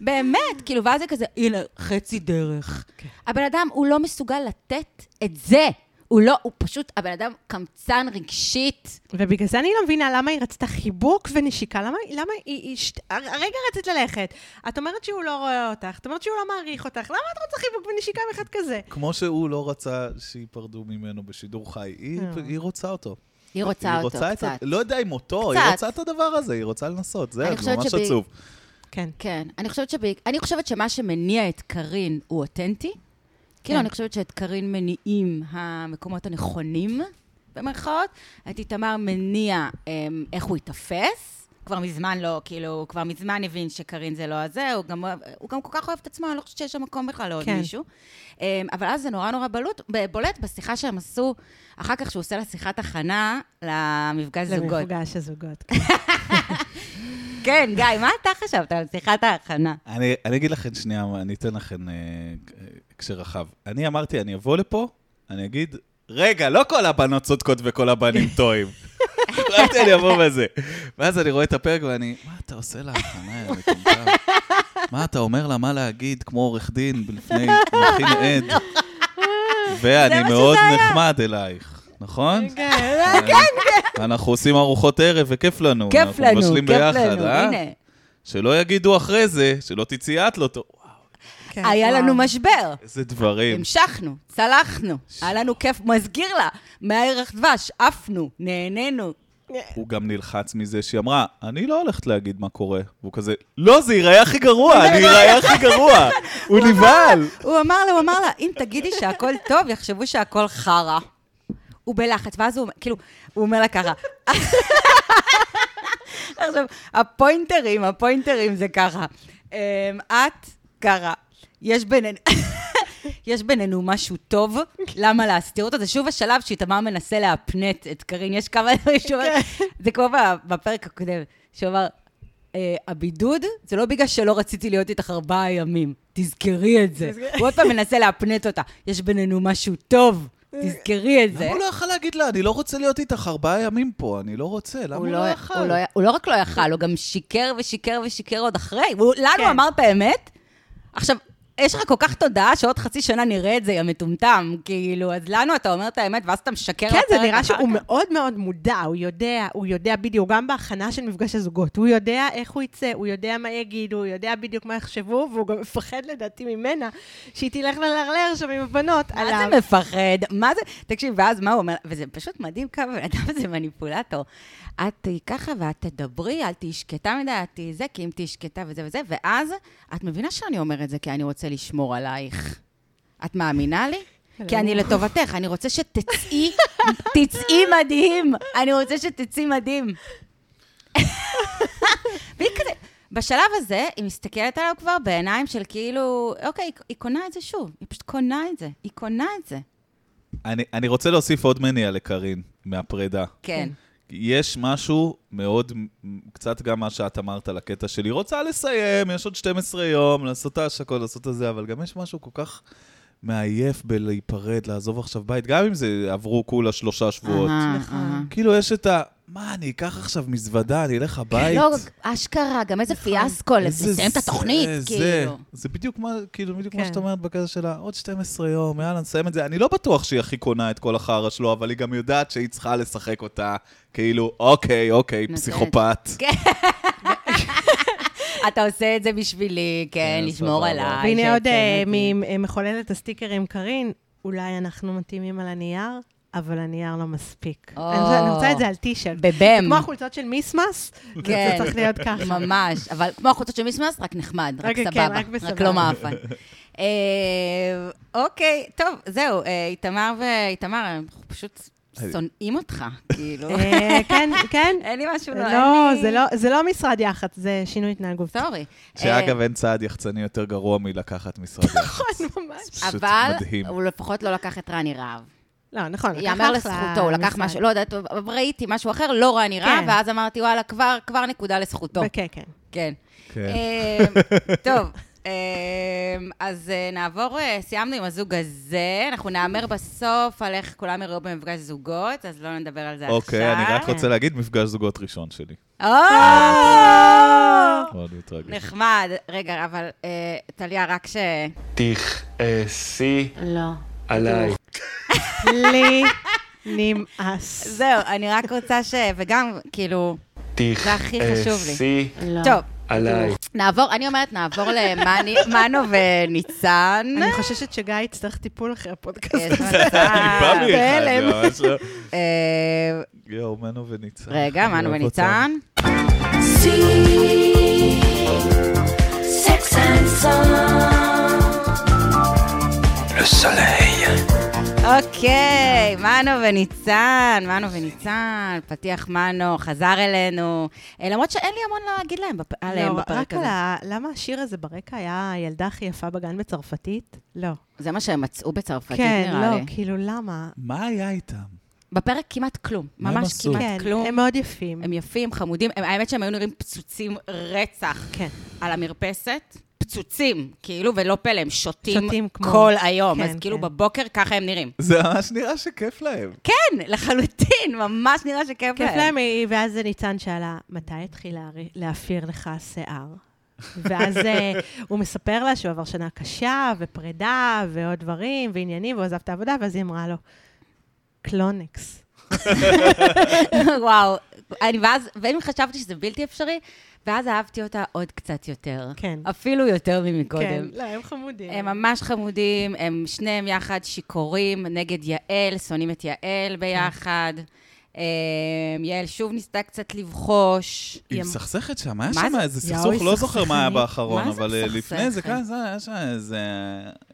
באמת, כאילו, ואז זה כזה, הנה, חצי דרך. הבן אדם, הוא לא מסוגל לתת את זה. הוא לא, הוא פשוט, הבן אדם קמצן רגשית. ובגלל זה אני לא מבינה למה היא רצתה חיבוק ונשיקה. למה, למה היא... היא שת... הר- הרגע רצית ללכת. את אומרת שהוא לא רואה אותך, את אומרת שהוא לא מעריך אותך. למה את רוצה חיבוק ונשיקה מאחד כזה? כמו שהוא לא רצה שייפרדו ממנו בשידור חי, היא- אה. היא רוצה אותו. היא רוצה היא אותו רוצה את ה- קצת. לא יודע אם אותו, קצת. היא רוצה את הדבר הזה, היא רוצה לנסות. זה אני זה חושבת ממש שב- עצוב. כן. כן, אני חושבת, שבע... אני חושבת שמה שמניע את קארין הוא אותנטי. כאילו, אני חושבת שאת קארין מניעים המקומות הנכונים, במרכאות. את איתמר מניע אמ, איך הוא ייתפס, כבר מזמן לא, כאילו, הוא כבר מזמן הבין שקארין זה לא הזה, הוא גם, אוהב- הוא גם כל כך אוהב את עצמו, אני לא חושבת שיש שם מקום בכלל לעוד כן. מישהו. אה, אבל אז זה נורא נורא בלוט, ב- בולט בשיחה שהם עשו, אחר כך שהוא עושה לה שיחת הכנה למפגש זוגות. למפגש הזוגות. כן, גיא, מה אתה חשבת על שיחת ההכנה? אני, אני אגיד לכם שנייה, מה- אני אתן לכם אה, אה, הקשר רחב. אני אמרתי, אני אבוא לפה, אני אגיד, רגע, לא כל הבנות צודקות וכל הבנים טועים. (laughs) אמרתי, אני אבוא בזה. ואז אני רואה את הפרק ואני, מה אתה עושה לה, חנה, יא מטומטם? מה אתה אומר לה, מה להגיד, כמו עורך דין, לפני, מכין עד. (laughs) זה ואני מה מאוד שזה היה. נחמד אלייך, נכון? כן, אנחנו עושים ארוחות ערב וכיף לנו. כיף אנחנו לנו, מבשלים כיף ביחד, לנו, אה? הנה. שלא יגידו אחרי זה, שלא תצאי את לא טוב. כן, (laughs) היה וואו. לנו משבר. איזה דברים. המשכנו, צלחנו, היה לנו כיף, מזכיר לה, מהערך דבש, עפנו, נהנינו. הוא גם נלחץ מזה שהיא אמרה, אני לא הולכת להגיד מה קורה. והוא כזה, לא, זה ייראה הכי גרוע, (laughs) אני ייראה הכי גרוע. הוא נבהל. הוא אמר לה, הוא אמר לה, אם תגידי שהכל טוב, יחשבו שהכל חרא. הוא בלחץ, ואז הוא, כאילו, הוא אומר לה ככה. עכשיו, הפוינטרים, הפוינטרים זה ככה. אמ, את, קרה, יש בינינו... (laughs) יש בינינו משהו טוב, למה להסתיר אותו? זה שוב השלב שאיתמר מנסה להפנט את קארין. יש כמה דברים שהוא אומר, זה כמו ב- בפרק הקודם, שהוא אמר, "אה, הבידוד זה לא בגלל שלא רציתי להיות איתך ארבעה ימים, תזכרי את זה. תזכרי. הוא עוד פעם מנסה להפנט אותה, יש בינינו משהו טוב, תזכרי את זה. הוא לא יכל להגיד לה, אני לא רוצה להיות איתך ארבעה ימים פה, אני לא רוצה. למה הוא הוא לא, לא יכל? הוא, לא, הוא לא רק לא יכל, הוא גם שיקר ושיקר ושיקר עוד אחרי. הוא לנו כן. אמר את האמת. עכשיו, יש לך כל כך תודעה שעוד חצי שנה נראה את זה, יא מטומטם. כאילו, אז לנו אתה אומר את האמת, ואז אתה משקר כן, זה לפרק נראה אחר שהוא כך. מאוד מאוד מודע, הוא יודע, הוא יודע בדיוק, גם בהכנה של מפגש הזוגות, הוא יודע איך הוא יצא, הוא יודע מה יגידו, הוא יודע בדיוק מה יחשבו, והוא גם מפחד לדעתי ממנה, שהיא תלך ללרלר שם עם הבנות עליו. מה זה מפחד? מה זה... תקשיב, ואז מה הוא אומר? וזה פשוט מדהים כמה בן אדם הזה מניפולטור. את תהיי ככה ואת תדברי, אל תהיי שקטה מדי, את תהיי זה, כי אם תהיי שקטה וזה וזה, ואז את מבינה שאני אומר את זה כי אני רוצה לשמור עלייך. את מאמינה לי? כי אני לטובתך, אני רוצה שתצאי, תצאי מדהים. אני רוצה שתצאי מדהים. (laughs) והיא כזה, בשלב הזה, היא מסתכלת עליו כבר בעיניים של כאילו, אוקיי, היא- היא קונה את זה שוב. היא פשוט קונה את זה. היא קונה את זה. לא- אני- אני רוצה להוסיף עוד מניע לקארין מהפרידה. כן. יש משהו מאוד, קצת גם מה שאת אמרת על הקטע שלי, רוצה לסיים, יש עוד 12 יום, לעשות את ההשקות, לעשות את זה, אבל גם יש משהו כל כך מעייף בלהיפרד, לעזוב עכשיו בית, גם אם זה עברו כולה שלושה שבועות. אהה, נכון. אהה. כאילו, יש את ה... מה, אני אקח עכשיו מזוודה, אני אלך הבית? לא, אשכרה, גם איזה פיאסקו, איזה לסיים את זה- התוכנית, זה- כאילו. זה בדיוק מה, כאילו, בדיוק מה כן. שאת אומרת בקטע שלה, עוד 12 יום, יאללה, נסיים את זה. אני לא בטוח שהיא הכי קונה את כל החרא שלו, אבל היא גם יודעת שהיא צריכה לשחק אותה, כאילו, אוקיי, אוקיי, נותנת. פסיכופת. כן. אתה עושה את זה בשבילי, כן, כן, לשמור סבבה. עליי. והנה עוד שכן, אה, אני- ממחוללת הסטיקרים, קארין, אולי אנחנו מתאימים על הנייר, אבל הנייר לא מספיק. או. אני רוצה- אני רוצה את זה על טישרט. בבם. כמו החולצות של מיסמס, כן. זה צריך להיות ככה. ממש, אבל כמו החוצות של מיסמס, רק נחמד, רק רק- כן, סבבה, רק בסבבה. רק לא מאפן. אה, אוקיי, טוב, זהו, אה, איתמר ואיתמר, אנחנו פשוט שונאים אותך, כאילו. אה, כן, (laughs) כן. אין לי משהו, לא, לא, אין לי... זה לא- זה לא משרד יח"צ, זה שינוי התנהגות. סורי. אה, שאגב, אין צעד יחצני יותר גרוע מלקחת משרד (laughs) יח"צ. נכון, ממש. זה פשוט אבל מדהים. הוא לפחות לא לקח את רני רהב. לא, נכון. לקח יאמר אחלה לזכותו, הוא לקח משרד. משהו, לא יודעת, אבל ראיתי משהו אחר, לא רני רהב, כן. ואז אמרתי, וואלה, כבר כבר נקודה לזכותו. כן, כן. כן. כן. (laughs) אמ, טוב, אמ, אז אה, נעבור, אה, סיימנו עם הזוג הזה, אנחנו נאמר בסוף על איך כולם יראו במפגש זוגות, אז לא נדבר על זה עכשיו. אוקיי, אני רק רוצה אה, להגיד, מפגש זוגות ראשון שלי. או! מאוד מתרגש. נחמד. רגע, אבל אה, טליה, רק ש... תכעסי לא. עליי. (laughs) לי נמאס. זהו, אני רק רוצה ש... וגם, כאילו... הכי חשוב לי. תכעסי לא. טוב, עליי. נעבור, אני אומרת, נעבור (laughs) למנו וניצן. אה, אני חוששת שגיא יצטרך טיפול אחרי הפודקאסט. יש אני בא מצב. מאחד, זה בהלם. ממש לא. אה, יואו, מנו וניצן. רגע, אני מנו אוהב וניצן. See, sex and sound. Le soleil אוקיי, מנו וניצן, מנו וניצן, פתיח מנו, חזר אלינו. אה, למרות שאין לי המון להגיד להם בפ- עליהם לא, בפרק רק על הזה. ה... למה השיר הזה ברקע היה הילדה הכי יפה בגן בצרפתית? לא. זה מה שהם מצאו בצרפתית, כן, נראה לא, לי. כאילו, למה? מה היה איתם? בפרק כמעט כלום, מה הם ממש עשו? כמעט כלום. כן, הם מאוד יפים. הם יפים, חמודים, הם- האמת שהם היו נראים פצוצים רצח כן. על המרפסת. פצוצים, כאילו, ולא פלא, הם שותים שותים כמו- כל היום. כן, אז כאילו כן. בבוקר ככה הם נראים. זה ממש נראה שכיף להם. כן, לחלוטין, ממש נראה שכיף כיף להם. להם, היא- ואז ניצן שאלה, מתי התחיל להרי- להפיר לך השיער? ואז אה, הוא מספר לה שהוא עבר שנה קשה, ופרידה, ועוד דברים, ועניינים, והוא עזב את העבודה, ואז היא אמרה לו, קלונקס. (laughs) וואו, אני ואז, ואם חשבתי שזה בלתי אפשרי, ואז אהבתי אותה עוד קצת יותר. כן. אפילו יותר ממקודם. לא, הם חמודים. הם ממש חמודים, הם שניהם יחד שיכורים נגד יעל, שונאים את יעל ביחד. כן. אמ, יעל שוב ניסתה קצת לבחוש. היא יא- מסכסכת שם, היה מה שם זה? איזה יאו, סכסוך, היא לא זוכר מה היה סכסכנית. באחרון, מה זה אבל אה, מסכסכת? לפני זה, כאן, זה היה שם איזה...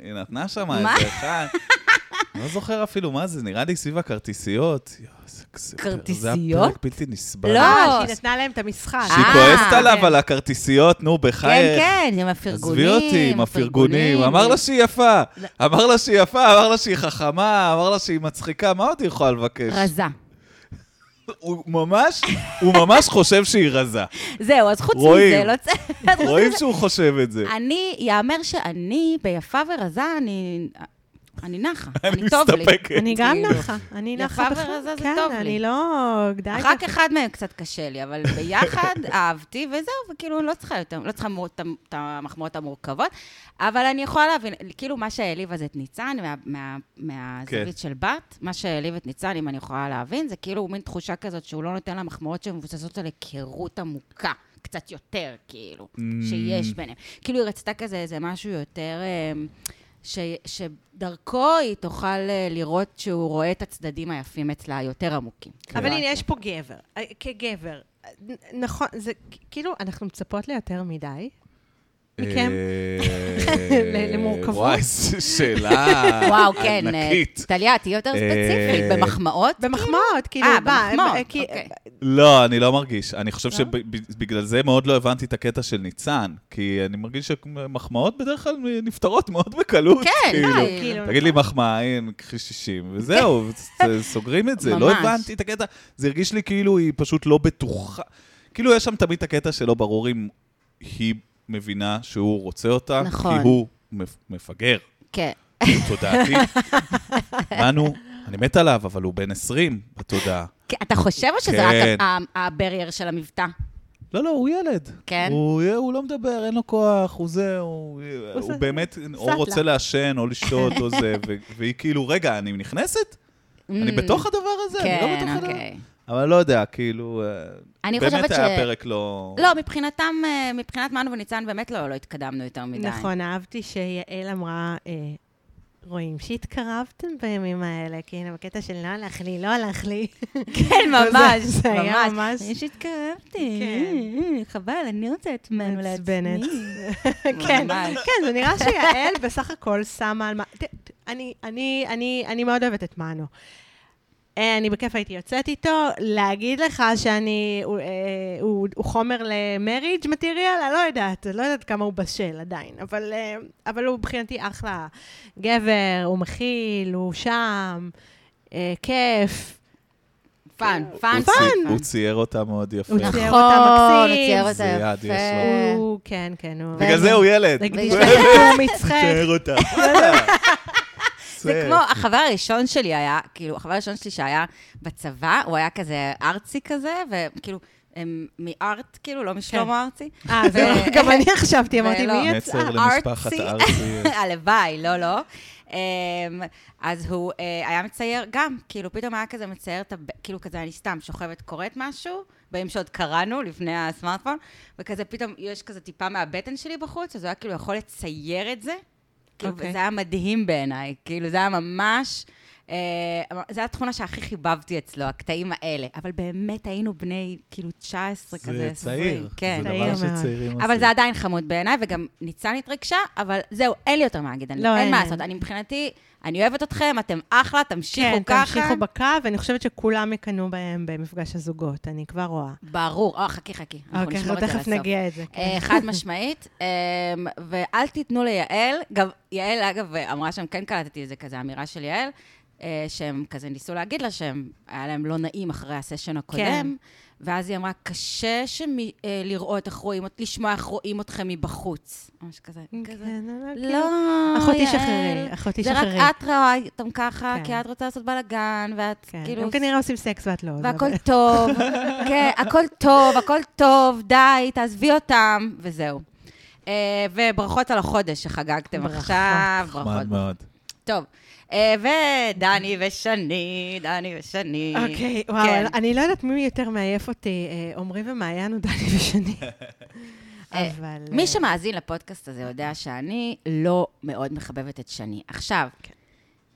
היא נתנה שם מה? איזה אחד. (laughs) לא זוכר אפילו מה זה, נראה לי סביב הכרטיסיות. יואו, איזה כסף. זה היה כרטיסיות? פרק בלתי נסבל. לא, אה, לא. שהיא נתנה להם את המשחק. שהיא אה, כועסת כן. עליו על הכרטיסיות, נו, כן, בחייך. כן, עם הפרגונים. עזבי אותי עם הפרגונים. אמר לה שהיא יפה, לא. אמר לה שהיא יפה, אמר לה שהיא חכמה, אמר לה שהיא מצחיקה, מה עוד היא יכולה לבקש? רזה. הוא ממש, הוא ממש חושב שהיא (laughs) רזה. זהו, אז חוץ רואים. מזה, לא צריך... רואים שהוא חושב את זה. אני, יאמר שאני ביפה ורזה, אני... אני נחה, אני אני טוב לי. מסתפקת. אני גם כאילו. נחה, אני יפה נחה בכלל. ורזה זה כן, טוב לי. אני לא... די. רק אחד מהם קצת קשה לי, אבל ביחד אהבתי, וזהו, וכאילו, אני לא צריכה יותר, לא צריכה מור- את המ- את המחמאות המורכבות, אבל אני יכולה להבין, כאילו, מה שהעליב אז את ניצן, מה- מה- מהזווית של בת, מה שהעליב את ניצן, אם אני יכולה להבין, זה כאילו מין תחושה כזאת שהוא לא נותן לה מחמאות שמבוססות על היכרות עמוקה, קצת יותר, כאילו, שיש ביניהם. כאילו, היא רצתה כזה איזה משהו יותר... אה, ש, שדרכו היא תוכל אה, לראות שהוא רואה את הצדדים היפים אצלה, היותר עמוקים. אבל כאילו, הנה, יש פה גבר. אה, כגבר. אה, נ- נכון, זה כ- כאילו, אנחנו מצפות ליותר מדי. מכם? (laughs) אה, למורכבות? וואי, איזו שאלה (laughs) וואו, כן. אה, ענקית. טליה, תהיי יותר אה, ספציפית, במחמאות? במחמאות, כאילו, אה, בא, הם- במחמאות, אה, כי- אוקיי. לא, אני לא מרגיש. אני חושב שבגלל זה מאוד לא הבנתי את הקטע של ניצן, כי אני מרגיש שמחמאות בדרך כלל נפתרות מאוד בקלות. כן, כאילו. די. כאילו, תגיד לי מחמאה, הנה, קחי 60, וזהו, ס- סוגרים את זה. כן. לא ממש. הבנתי את הקטע, זה הרגיש לי כאילו היא פשוט לא בטוחה. כאילו, יש שם תמיד את הקטע שלא ברור אם היא מבינה שהוא רוצה אותה, נכון. כי הוא מפ- מפגר, כן. תודעתי. מנו, אני מת עליו, אבל הוא בן 20 בתודעה. כן, אתה חושב או שזה כן. רק ה- ה- הברייר של המבטא? לא, לא, הוא ילד. כן? הוא, הוא לא מדבר, אין לו כוח, הוא זה, הוא, הוא, עושה- באמת או סטלה. רוצה לעשן, או לשתות, או זה, ו- והיא כאילו, רגע, אני נכנסת? אני Mm, בתוך הדבר הזה? אני לא כן, בתוך הדבר? אוקיי. אבל לא יודע, כאילו... אה, אני באמת חושבת ש... היה פרק לא... לא, מבחינתם, אה, מבחינת מנו וניצן, באמת לא לא התקדמנו יותר מדי. נכון, אהבתי שיעל אמרה, אה, רואים שהתקרבתם בימים האלה, כאילו, בקטע של לא הלך לי, לא הלך לי. (laughs) כן, ממש, (laughs) זה היה ממש. ממש- יש התקרבתי, כן. אה, חבל, אני רוצה את מנו מעצבנת. לעצמי. (laughs) כן, ממש. כן, זה נראה שיעל בסך הכל שמה על מה... ת- ת- אני- אני- אני אני מאוד אוהבת את מנו. אה, אני בכיף הייתי יוצאת איתו, להגיד לך שאני... הוא, אה, הוא הוא חומר למריג' מטריאל? אני לא יודעת, לא יודעת כמה הוא בשל עדיין, אבל אה, אבל הוא מבחינתי אחלה גבר, הוא מכיל, הוא שם, אה, כיף. פאן, פאן. הוא צי- הוא צייר אותה מאוד יפה. הוא נכון, צייר אותה הוא מקסים. צייר אותה זה יד יפה. יש הוא, כן, כן, הוא... אה. בגלל זה הוא כן. ילד. נקדיש הוא- לזה, הוא (laughs) מצחק. צייר אותה. (laughs) זה כמו, החבר הראשון שלי היה, כאילו, החבר הראשון שלי שהיה בצבא, הוא היה כזה ארצי כזה, וכאילו, הם מארט, כאילו, לא משלמה ארצי. אה, זה (laughs) ו- גם אני חשבתי, אמרתי, ולא. מי נצר יצאה? למשפחת ארצי. ארצי. (laughs) הלוואי, לא, לא. אמ, אז הוא אה, היה מצייר גם, כאילו, פתאום היה כזה מצייר את ה... כאילו, כזה, אני סתם שוכבת, קוראת משהו, בימים שעוד קראנו, לפני הסמארטפון, וכזה פתאום יש כזה טיפה מהבטן שלי בחוץ, אז הוא היה כאילו יכול לצייר את זה. כאילו, אוקיי. זה היה מדהים בעיניי, כאילו, זה היה ממש... אה, זו הייתה התכונה שהכי חיבבתי אצלו, הקטעים האלה. אבל באמת היינו בני, כאילו, 19 כזה, זה 20, צעיר. כן. זה צעיר דבר מאוד. שצעירים אבל עושים. זה עדיין חמוד בעיניי, וגם ניצן התרגשה, אבל זהו, אין לי יותר מה להגיד, אני- לא, אין מה אין. לעשות. אני מבחינתי, אני אוהבת אתכם, אתם אחלה, תמשיכו כן, ככה. תמשיכו בקו, ואני חושבת שכולם יקנאו בהם במפגש הזוגות, אני כבר רואה. ברור. אה, חכי, חכי. אנחנו אוקיי, נשמור את זה תכף לסוף. נגיע את זה. כן. אה, חד משמעית, אה, ואל תיתנו ליעל, גם יעל אגב אמרה שם, כן קלטתי את זה, כזה אמירה של יעל, אה, שהם כזה ניסו להגיד לה שהם, היה להם לא נעים אחרי הסשן כן. הקודם, ואז היא אמרה, קשה שמי, אה, לראות איך רואים, אות- לשמוע איך רואים אתכם מבחוץ. ממש כזה, כזה. כן, אבל כאילו- לא, אחותי יעל, שחררי, אחותי שחררי. זה רק את רואה אותם ככה, כן. כי את רוצה לעשות בלאגן, ואת כן, כאילו... הם כנראה עושים סקס ואת לא. זה והכל אבל- (laughs) טוב, כן, הכל טוב, הכל טוב, די, תעזבי אותם, וזהו. אה, וברכות על החודש שחגגתם ברכות. עכשיו, נחמד ברכות. מאוד. טוב, אה, ודני ושני, דני ושני. אוקיי, וואו, כן. אני לא יודעת מי יותר מעייף אותי, אה, עמרי ומעיין או דני (laughs) ושני. אבל... אה, מי שמאזין לפודקאסט הזה יודע שאני לא מאוד מחבבת את שני. עכשיו, כן.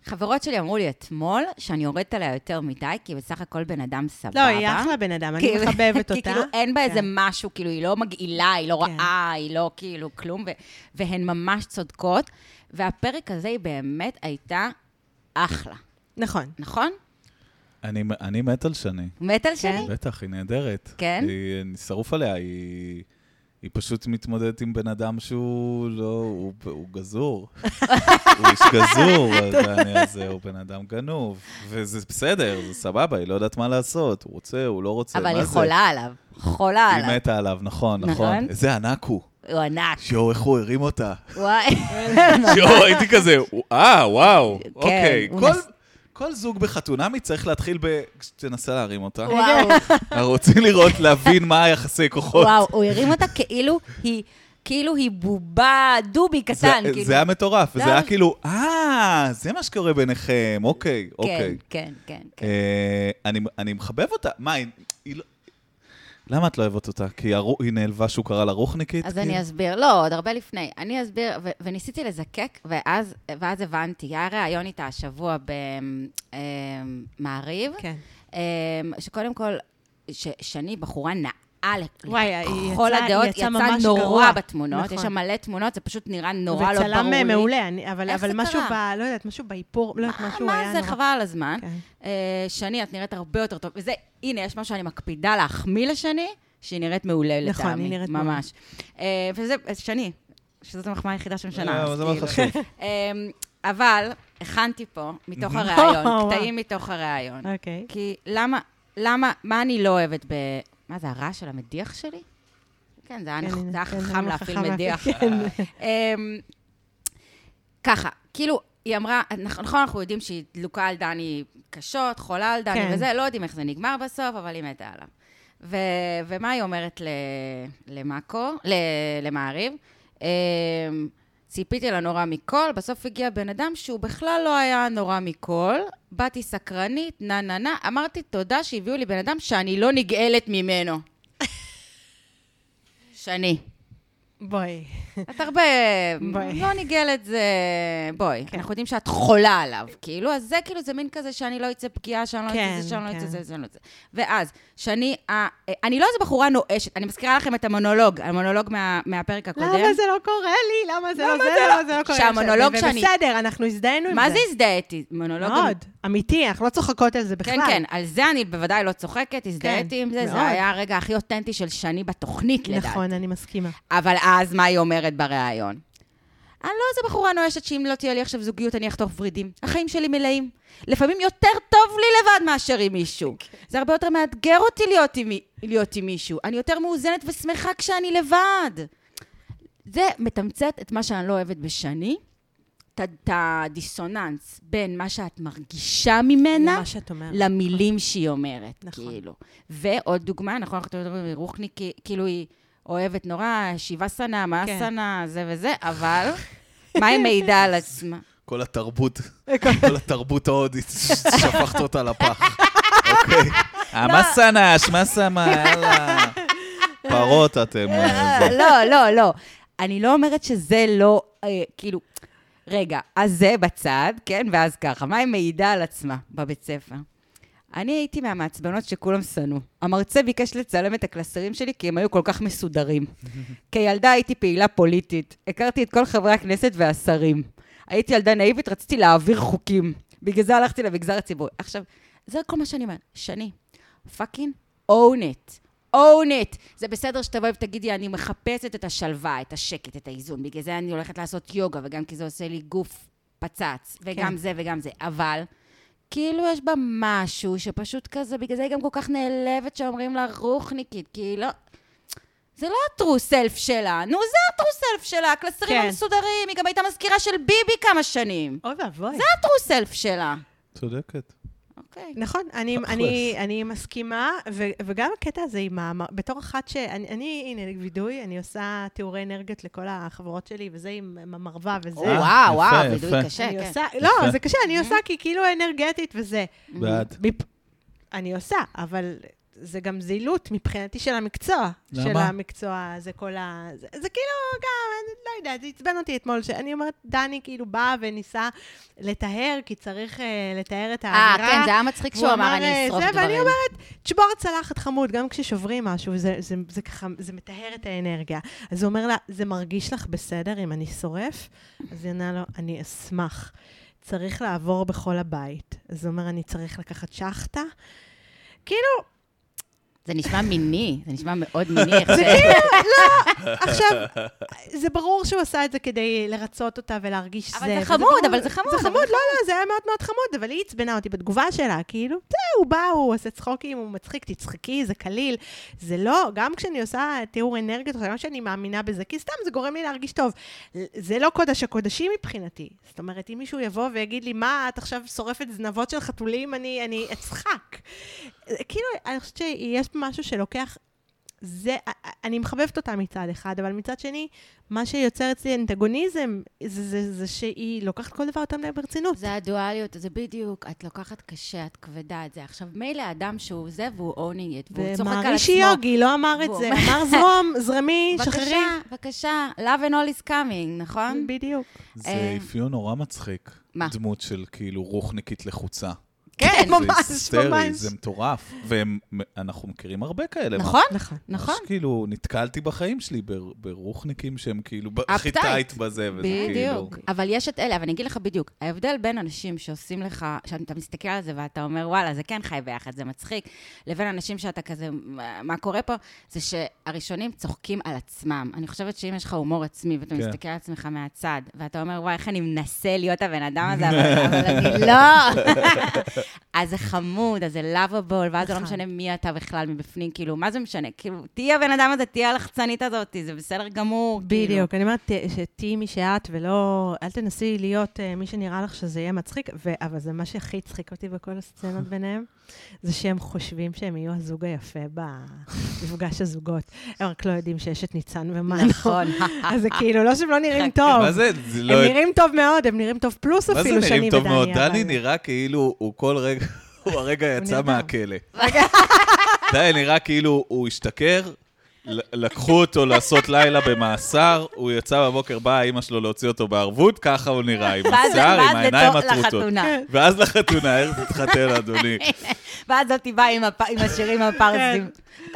חברות שלי אמרו לי אתמול שאני יורדת עליה יותר מדי, כי היא בסך הכל בן אדם סבבה. לא, היא אחלה בן אדם, אני כי- (laughs) מחבבת כי אותה. כאילו אין בה איזה כן. משהו, כאילו היא לא מגעילה, היא לא כן. רעה, היא לא כאילו כלום, ו- והן ממש צודקות. והפרק הזה היא באמת הייתה אחלה, נכון. נכון? אני אני מת על שני. מת כן. על שני? בטח, היא נהדרת. כן? היא- אני שרוף עליה, היא... היא פשוט מתמודדת עם בן אדם שהוא לא, הוא, הוא (laughs) גזור. הוא איש גזור, ואני הזה, הוא בן אדם גנוב. וזה בסדר, זה סבבה, היא לא יודעת מה לעשות. הוא רוצה, הוא לא רוצה, אבל מה היא זה? חולה עליו, חולה היא עליו. מתה עליו, נכון, נכון. נכון. איזה ענק הוא. הוא ענק. שיואו, איך הוא הרים אותה. וואי. (laughs) (laughs) יואו, הייתי כזה, אה, וואו, אוקיי. כן, הוא כל- נס- כל זוג בחתונמי צריך להתחיל ב... תנסה להרים אותה. כן. וואו, אנחנו רוצים לראות, להבין מה היחסי כוחות. וואו, הוא הרים אותה כאילו היא, כאילו היא בובה דובי זה- קטן. כאילו. זה היה מטורף, זה וזה היה היה מש- כאילו, אה, זה מה שקורה ביניכם, אוקיי, כן, אוקיי. כן, כן, כן. אה, אני- אני מחבב אותה, מה, היא- היא לא... למה את לא אוהבת אותה? כי הרו- היא נעלבה שהוא קרא לה רוחניקית? אז כאילו? אני אסביר, לא, עוד הרבה לפני. אני אסביר, ו- וניסיתי לזקק, ואז, ואז הבנתי. היה ראיון איתה השבוע במעריב, כן. אה, שקודם כל, ש- שני בחורה נאה ל- וואי, היא לכל יצאה- הדעות, היא יצאה יצא ממש נורא גרוע. בתמונות, נכון. יש שם מלא תמונות, זה פשוט נראה נורא לא ברור לי. וצלם אה, מעולה, אני- אבל איך אבל זה משהו ב... קרה? לא יודעת, משהו באיפור, לא יודעת, משהו היה מה נורא... זה, חבל על הזמן. כן. אה, שני, את נראית הרבה יותר טוב. וזה, הנה, יש משהו שאני מקפידה להחמיא לשני, שהיא נראית מעולה לטעמי. נכון, היא נראית מעולה. ממש. אה, וזה, אז שני, שזאת המחמאה היחידה שמשנה. אה, אז זה לא כאילו. חשוב. אה, אבל הכנתי פה, מתוך הראיון, (laughs) וואו. קטעים מתוך הראיון. אוקיי. כי למה, למה, מה אני לא אוהבת ב... מה זה, הרעש של המדיח שלי? כן, זה היה כן, נח- הנה, זה היה כן, חכם זה להפעיל חכם מדיח. להפעיל, כן. אמ, ככה, כאילו, היא אמרה, נכ- נכון, אנחנו יודעים שהיא דלוקה על דני קשות, חולה על דני כן. וזה, לא יודעים איך זה נגמר בסוף, אבל היא מתה עליו. ו, ומה היא אומרת ל, למאקו, ל, למעריב? אמ, ציפיתי לנורא מכל, בסוף הגיע בן אדם שהוא בכלל לא היה נורא מכל. באתי סקרנית, נה נה נה, אמרתי תודה שהביאו לי בן אדם שאני לא נגאלת ממנו. (laughs) שני. בואי. את הרבה... בואי. כן. לא נגאלת זה... בואי, אנחנו יודעים שאת חולה עליו, כאילו, אז זה כאילו, זה מין כזה שאני לא אצא פגיעה, שאני לא אצא כן, זה, שאני לא אצא כן. זה, שאני לא אצא... ואז, שאני... אה, אה, אני לא איזה בחורה נואשת, אני מזכירה לכם את המונולוג, המונולוג מה- מהפרק הקודם. למה זה לא קורה לי? למה זה לא זה לא זה לא קורה לי? שהמונולוג ו- שאני- ובסדר, אנחנו הזדהינו עם לא זה. מה זה הזדהיתי? מונולוג... מאוד. אמיתי, אנחנו לא צוחקות על זה בכלל. כן, כן, כן, על זה אני בוודאי לא צוחקת, הזדהיתי עם זה, מאוד. זה היה הרגע הכי אותנטי של שני בתוכנית, לדעתי. נכון, אני מסכימה. אבל אז מה היא אומרת בריאיון? אני לא איזה בחורה נואשת שאם לא תהיה לי עכשיו זוגיות אני אחטוף ורידים. החיים שלי מלאים. לפעמים יותר טוב לי לבד מאשר עם מישהו. זה הרבה יותר מאתגר אותי להיות עם, מי- להיות עם מישהו. אני יותר מאוזנת ושמחה כשאני לבד. זה מתמצת את מה שאני לא אוהבת בשני, את ה- את הדיסוננס בין מה שאת מרגישה ממנה, מה שאת אומרת. לא. למילים שהיא אומרת, אה, נכון. נכון. כאילו. ועוד דוגמה, נכון, אנחנו מדברים על רוחניקי, כאילו היא אוהבת נורא, שיבה שנאה, מה כן. שנאה, זה (laughs) וזה, אבל מה היא מעידה על (laughs) עצמה? כל התרבות, כל התרבות ההודית, שפכת אותה לפח. אוקיי. המסנה, שמסמה, יאללה. פרות אתם. אה, זה. לא, לא, לא. אני לא אומרת שזה לא, אה, כאילו, רגע, אז זה בצד, כן, ואז ככה. מה היא מעידה על עצמה בבית ספר? אני הייתי מהמעצבנות שכולם שנאו. המרצה ביקש לצלם את הקלסרים שלי כי הם היו כל כך מסודרים. כילדה הייתי פעילה פוליטית. הכרתי את כל חברי הכנסת והשרים. הייתי ילדה נאיבית, רציתי להעביר חוקים. בגלל זה הלכתי למגזר הציבורי. עכשיו, זה כל מה שאני אומרת. שני, פאקינג own it. own it. זה בסדר שתבואי ותגידי, אני מחפשת את השלווה, את השקט, את האיזון. בגלל זה אני הולכת לעשות יוגה, וגם כי זה עושה לי גוף פצץ, וגם כן. זה וגם זה. אבל, כאילו יש בה משהו שפשוט כזה, בגלל זה היא גם כל כך נעלבת שאומרים לה רוחניקית, כי היא לא... זה לא הטרו סלף שלה, נו זה הטרו סלף שלה, הקלסרים כן. המסודרים, היא גם הייתה מזכירה של ביבי כמה שנים. אוי ואבוי. זה הטרו סלף שלה. צודקת. אוקיי. נכון, אני, תכלס. אני, אני מסכימה, ו, וגם הקטע הזה עם ה... בתור אחת ש... אני, אני הנה, וידוי, אני עושה תיאורי אנרגיות לכל החברות שלי, וזה עם עם המרווה וזה. וואו, יפה, וואו, יפה. וידוי קשה, אני כן. עושה, לא, זה קשה, אני עושה כי כאילו אנרגטית וזה. בעד. מפ- אני עושה, אבל זה גם זילות מבחינתי של המקצוע. למה? של המקצוע, זה כל ה... זה, זה כאילו גם, אני לא יודעת, זה עצבן אותי אתמול, שאני אומרת, דני כאילו בא וניסה לטהר, כי צריך אה, לטהר את אה, האווירה. כן, זה היה מצחיק והוא שהוא אמר, אה, אני אשרוף זה, ואני דברים. אומרת, תשבור צלחת חמוד, גם כששוברים משהו, זה, זה, זה ככה, זה מטהר את האנרגיה. אז הוא אומר לה, זה מרגיש לך בסדר אם אני שורף? אז היא עונה לו, אני אשמח. צריך לעבור בכל הבית. אז הוא אומר, אני צריך לקחת שחטה? כאילו, זה נשמע מיני, זה נשמע מאוד מיני. איך זה- כן, עכשיו, זה ברור שהוא עשה את זה כדי לרצות אותה ולהרגיש זה. אבל זה וזה חמוד, ברור. אבל זה חמוד, זה אבל נכון. חמוד, לא, לא, זה היה מאוד מאוד חמוד, אבל היא עצבנה אותי בתגובה שלה, כאילו, זה, הוא בא, הוא עושה צחוקים, הוא מצחיק, תצחקי, זה קליל. זה לא, גם כשאני עושה תיאור אנרגיות, גם כשאני מאמינה בזה, כי סתם זה גורם לי להרגיש טוב. זה לא קודש הקודשים מבחינתי. זאת אומרת, אם מישהו יבוא ויגיד לי, מה, את עכשיו שורפת זנבות של חתולים, אני, אני אצחק. כאילו, אני חושבת שיש משהו שלוקח זה, אני מחבבת אותה מצד אחד, אבל מצד שני, מה שיוצר אצלי אנטגוניזם, זה, זה, זה שהיא לוקחת כל דבר יותר מדי ברצינות. זה הדואליות, זה בדיוק, את לוקחת קשה, את כבדה את זה. עכשיו, מילא אדם שהוא זה והוא owning it, והוא צוחק על עצמו. ומערישי יוגי לא אמר את והוא זה, אומר- אמר זרום, זרמי, שחררי. בבקשה, בבקשה, love and all is coming, נכון? בדיוק. זה אה. אפיון נורא מצחיק. מה? דמות של כאילו רוחניקית לחוצה. כן, (laughs) זה ממש, היסטרי, ממש. זה מטורף. ואנחנו מכירים הרבה כאלה. נכון? נכון. נכון. ממש כאילו, נתקלתי בחיים שלי בר- ברוחניקים שהם כאילו ב- הכי אפטייט. טייט בזה, וזה כאילו... בדיוק. אבל יש את אלה, אבל אני אגיד לך בדיוק, ההבדל בין אנשים שעושים לך, שאתה מסתכל על זה ואתה אומר, וואלה, זה כן חי ביחד, זה מצחיק, לבין אנשים שאתה כזה, "מה- מה קורה פה, זה שהראשונים צוחקים על עצמם. אני חושבת שאם יש לך הומור עצמי ואתה כן. מסתכל על עצמך מהצד, ואתה אומר, וואי, איך אני מנסה להיות הבן אדם הזה, אבל אבל אני לא. אז זה חמוד, אז זה לאביבול, ואז זה לא נכון. משנה מי אתה בכלל מבפנים, כאילו, מה זה משנה? כאילו, תהיה הבן אדם הזה, תהיה הלחצנית הזאת, זה בסדר גמור. כאילו. בדיוק, אני אומרת, ת- שתהיי מי שאת ולא, אל תנסי להיות אה, מי שנראה לך שזה יהיה מצחיק, ו- אבל זה מה שהכי הצחיק אותי (laughs) בכל הסצנות ביניהם, זה שהם חושבים שהם יהיו הזוג היפה במפגש הזוגות. הם רק לא יודעים שיש את ניצן ומנו. נכון. (laughs) (laughs) אז זה כאילו, לא שהם לא נראים טוב. מה זה? זה הם לא... נראים טוב מאוד, הם נראים טוב פלוס מה זה אפילו, נראים שני טוב ודני. מאוד? אבל- דני נראה כאילו הוא כל רגע, (laughs) הוא הרגע יצא נרדם. מהכלא. (laughs) דני נראה כאילו הוא השתכר, ל- לקחו אותו לעשות לילה במאסר, הוא יצא בבוקר, באה אימא שלו להוציא אותו בערבות, ככה הוא נראה, עם ואז- השיער, ואז עם העיניים לתו- הטרוטות. לחתונה. (laughs) ואז לחתונה, איך תתחתן, אדוני? ואז זאתי באה עם הפ- עם השירים הפרסים. (laughs)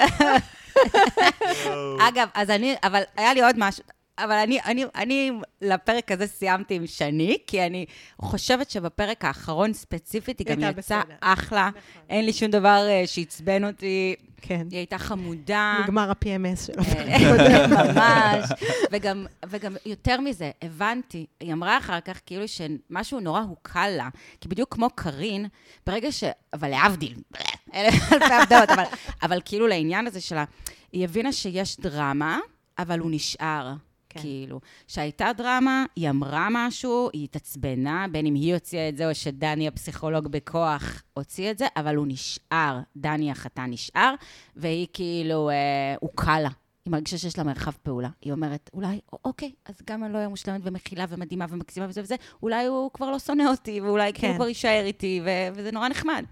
אגב, אז אני, אבל היה לי עוד משהו. אבל אני, אני, אני לפרק הזה סיימתי עם שני, כי אני חושבת שבפרק האחרון ספציפית היא גם הייתה יצאה בסדר. נכון. אחלה. אין לי שום דבר אה, שעצבן אותי. כן. היא הייתה חמודה. נגמר ה-PMS שלו. אה. (laughs) (laughs) ממש. וגם, וגם יותר מזה, הבנתי, היא אמרה אחר כך כאילו שמשהו נורא הוקל לה, כי בדיוק כמו קארין, ברגע ש... אבל להבדיל, (laughs) אלף אלפי הבדלות, אבל, אבל כאילו לעניין הזה שלה, היא הבינה שיש דרמה, אבל הוא נשאר. כן. כן. כאילו, שהייתה דרמה, היא אמרה משהו, היא התעצבנה, בין אם היא הוציאה את זה או שדני הפסיכולוג בכוח הוציא את זה, אבל הוא נשאר, דני החתן נשאר, והיא כאילו, אה, הוא קל לה. היא מרגישה שיש לה מרחב פעולה. היא אומרת, אולי, א- אוקיי, אז גם אני לא אהיה מושלמת ומכילה ומדהימה ומקסימה וזה וזה, אולי הוא כבר לא שונא אותי, ואולי כן. כן. הוא כבר יישאר איתי, ו- וזה נורא נחמד.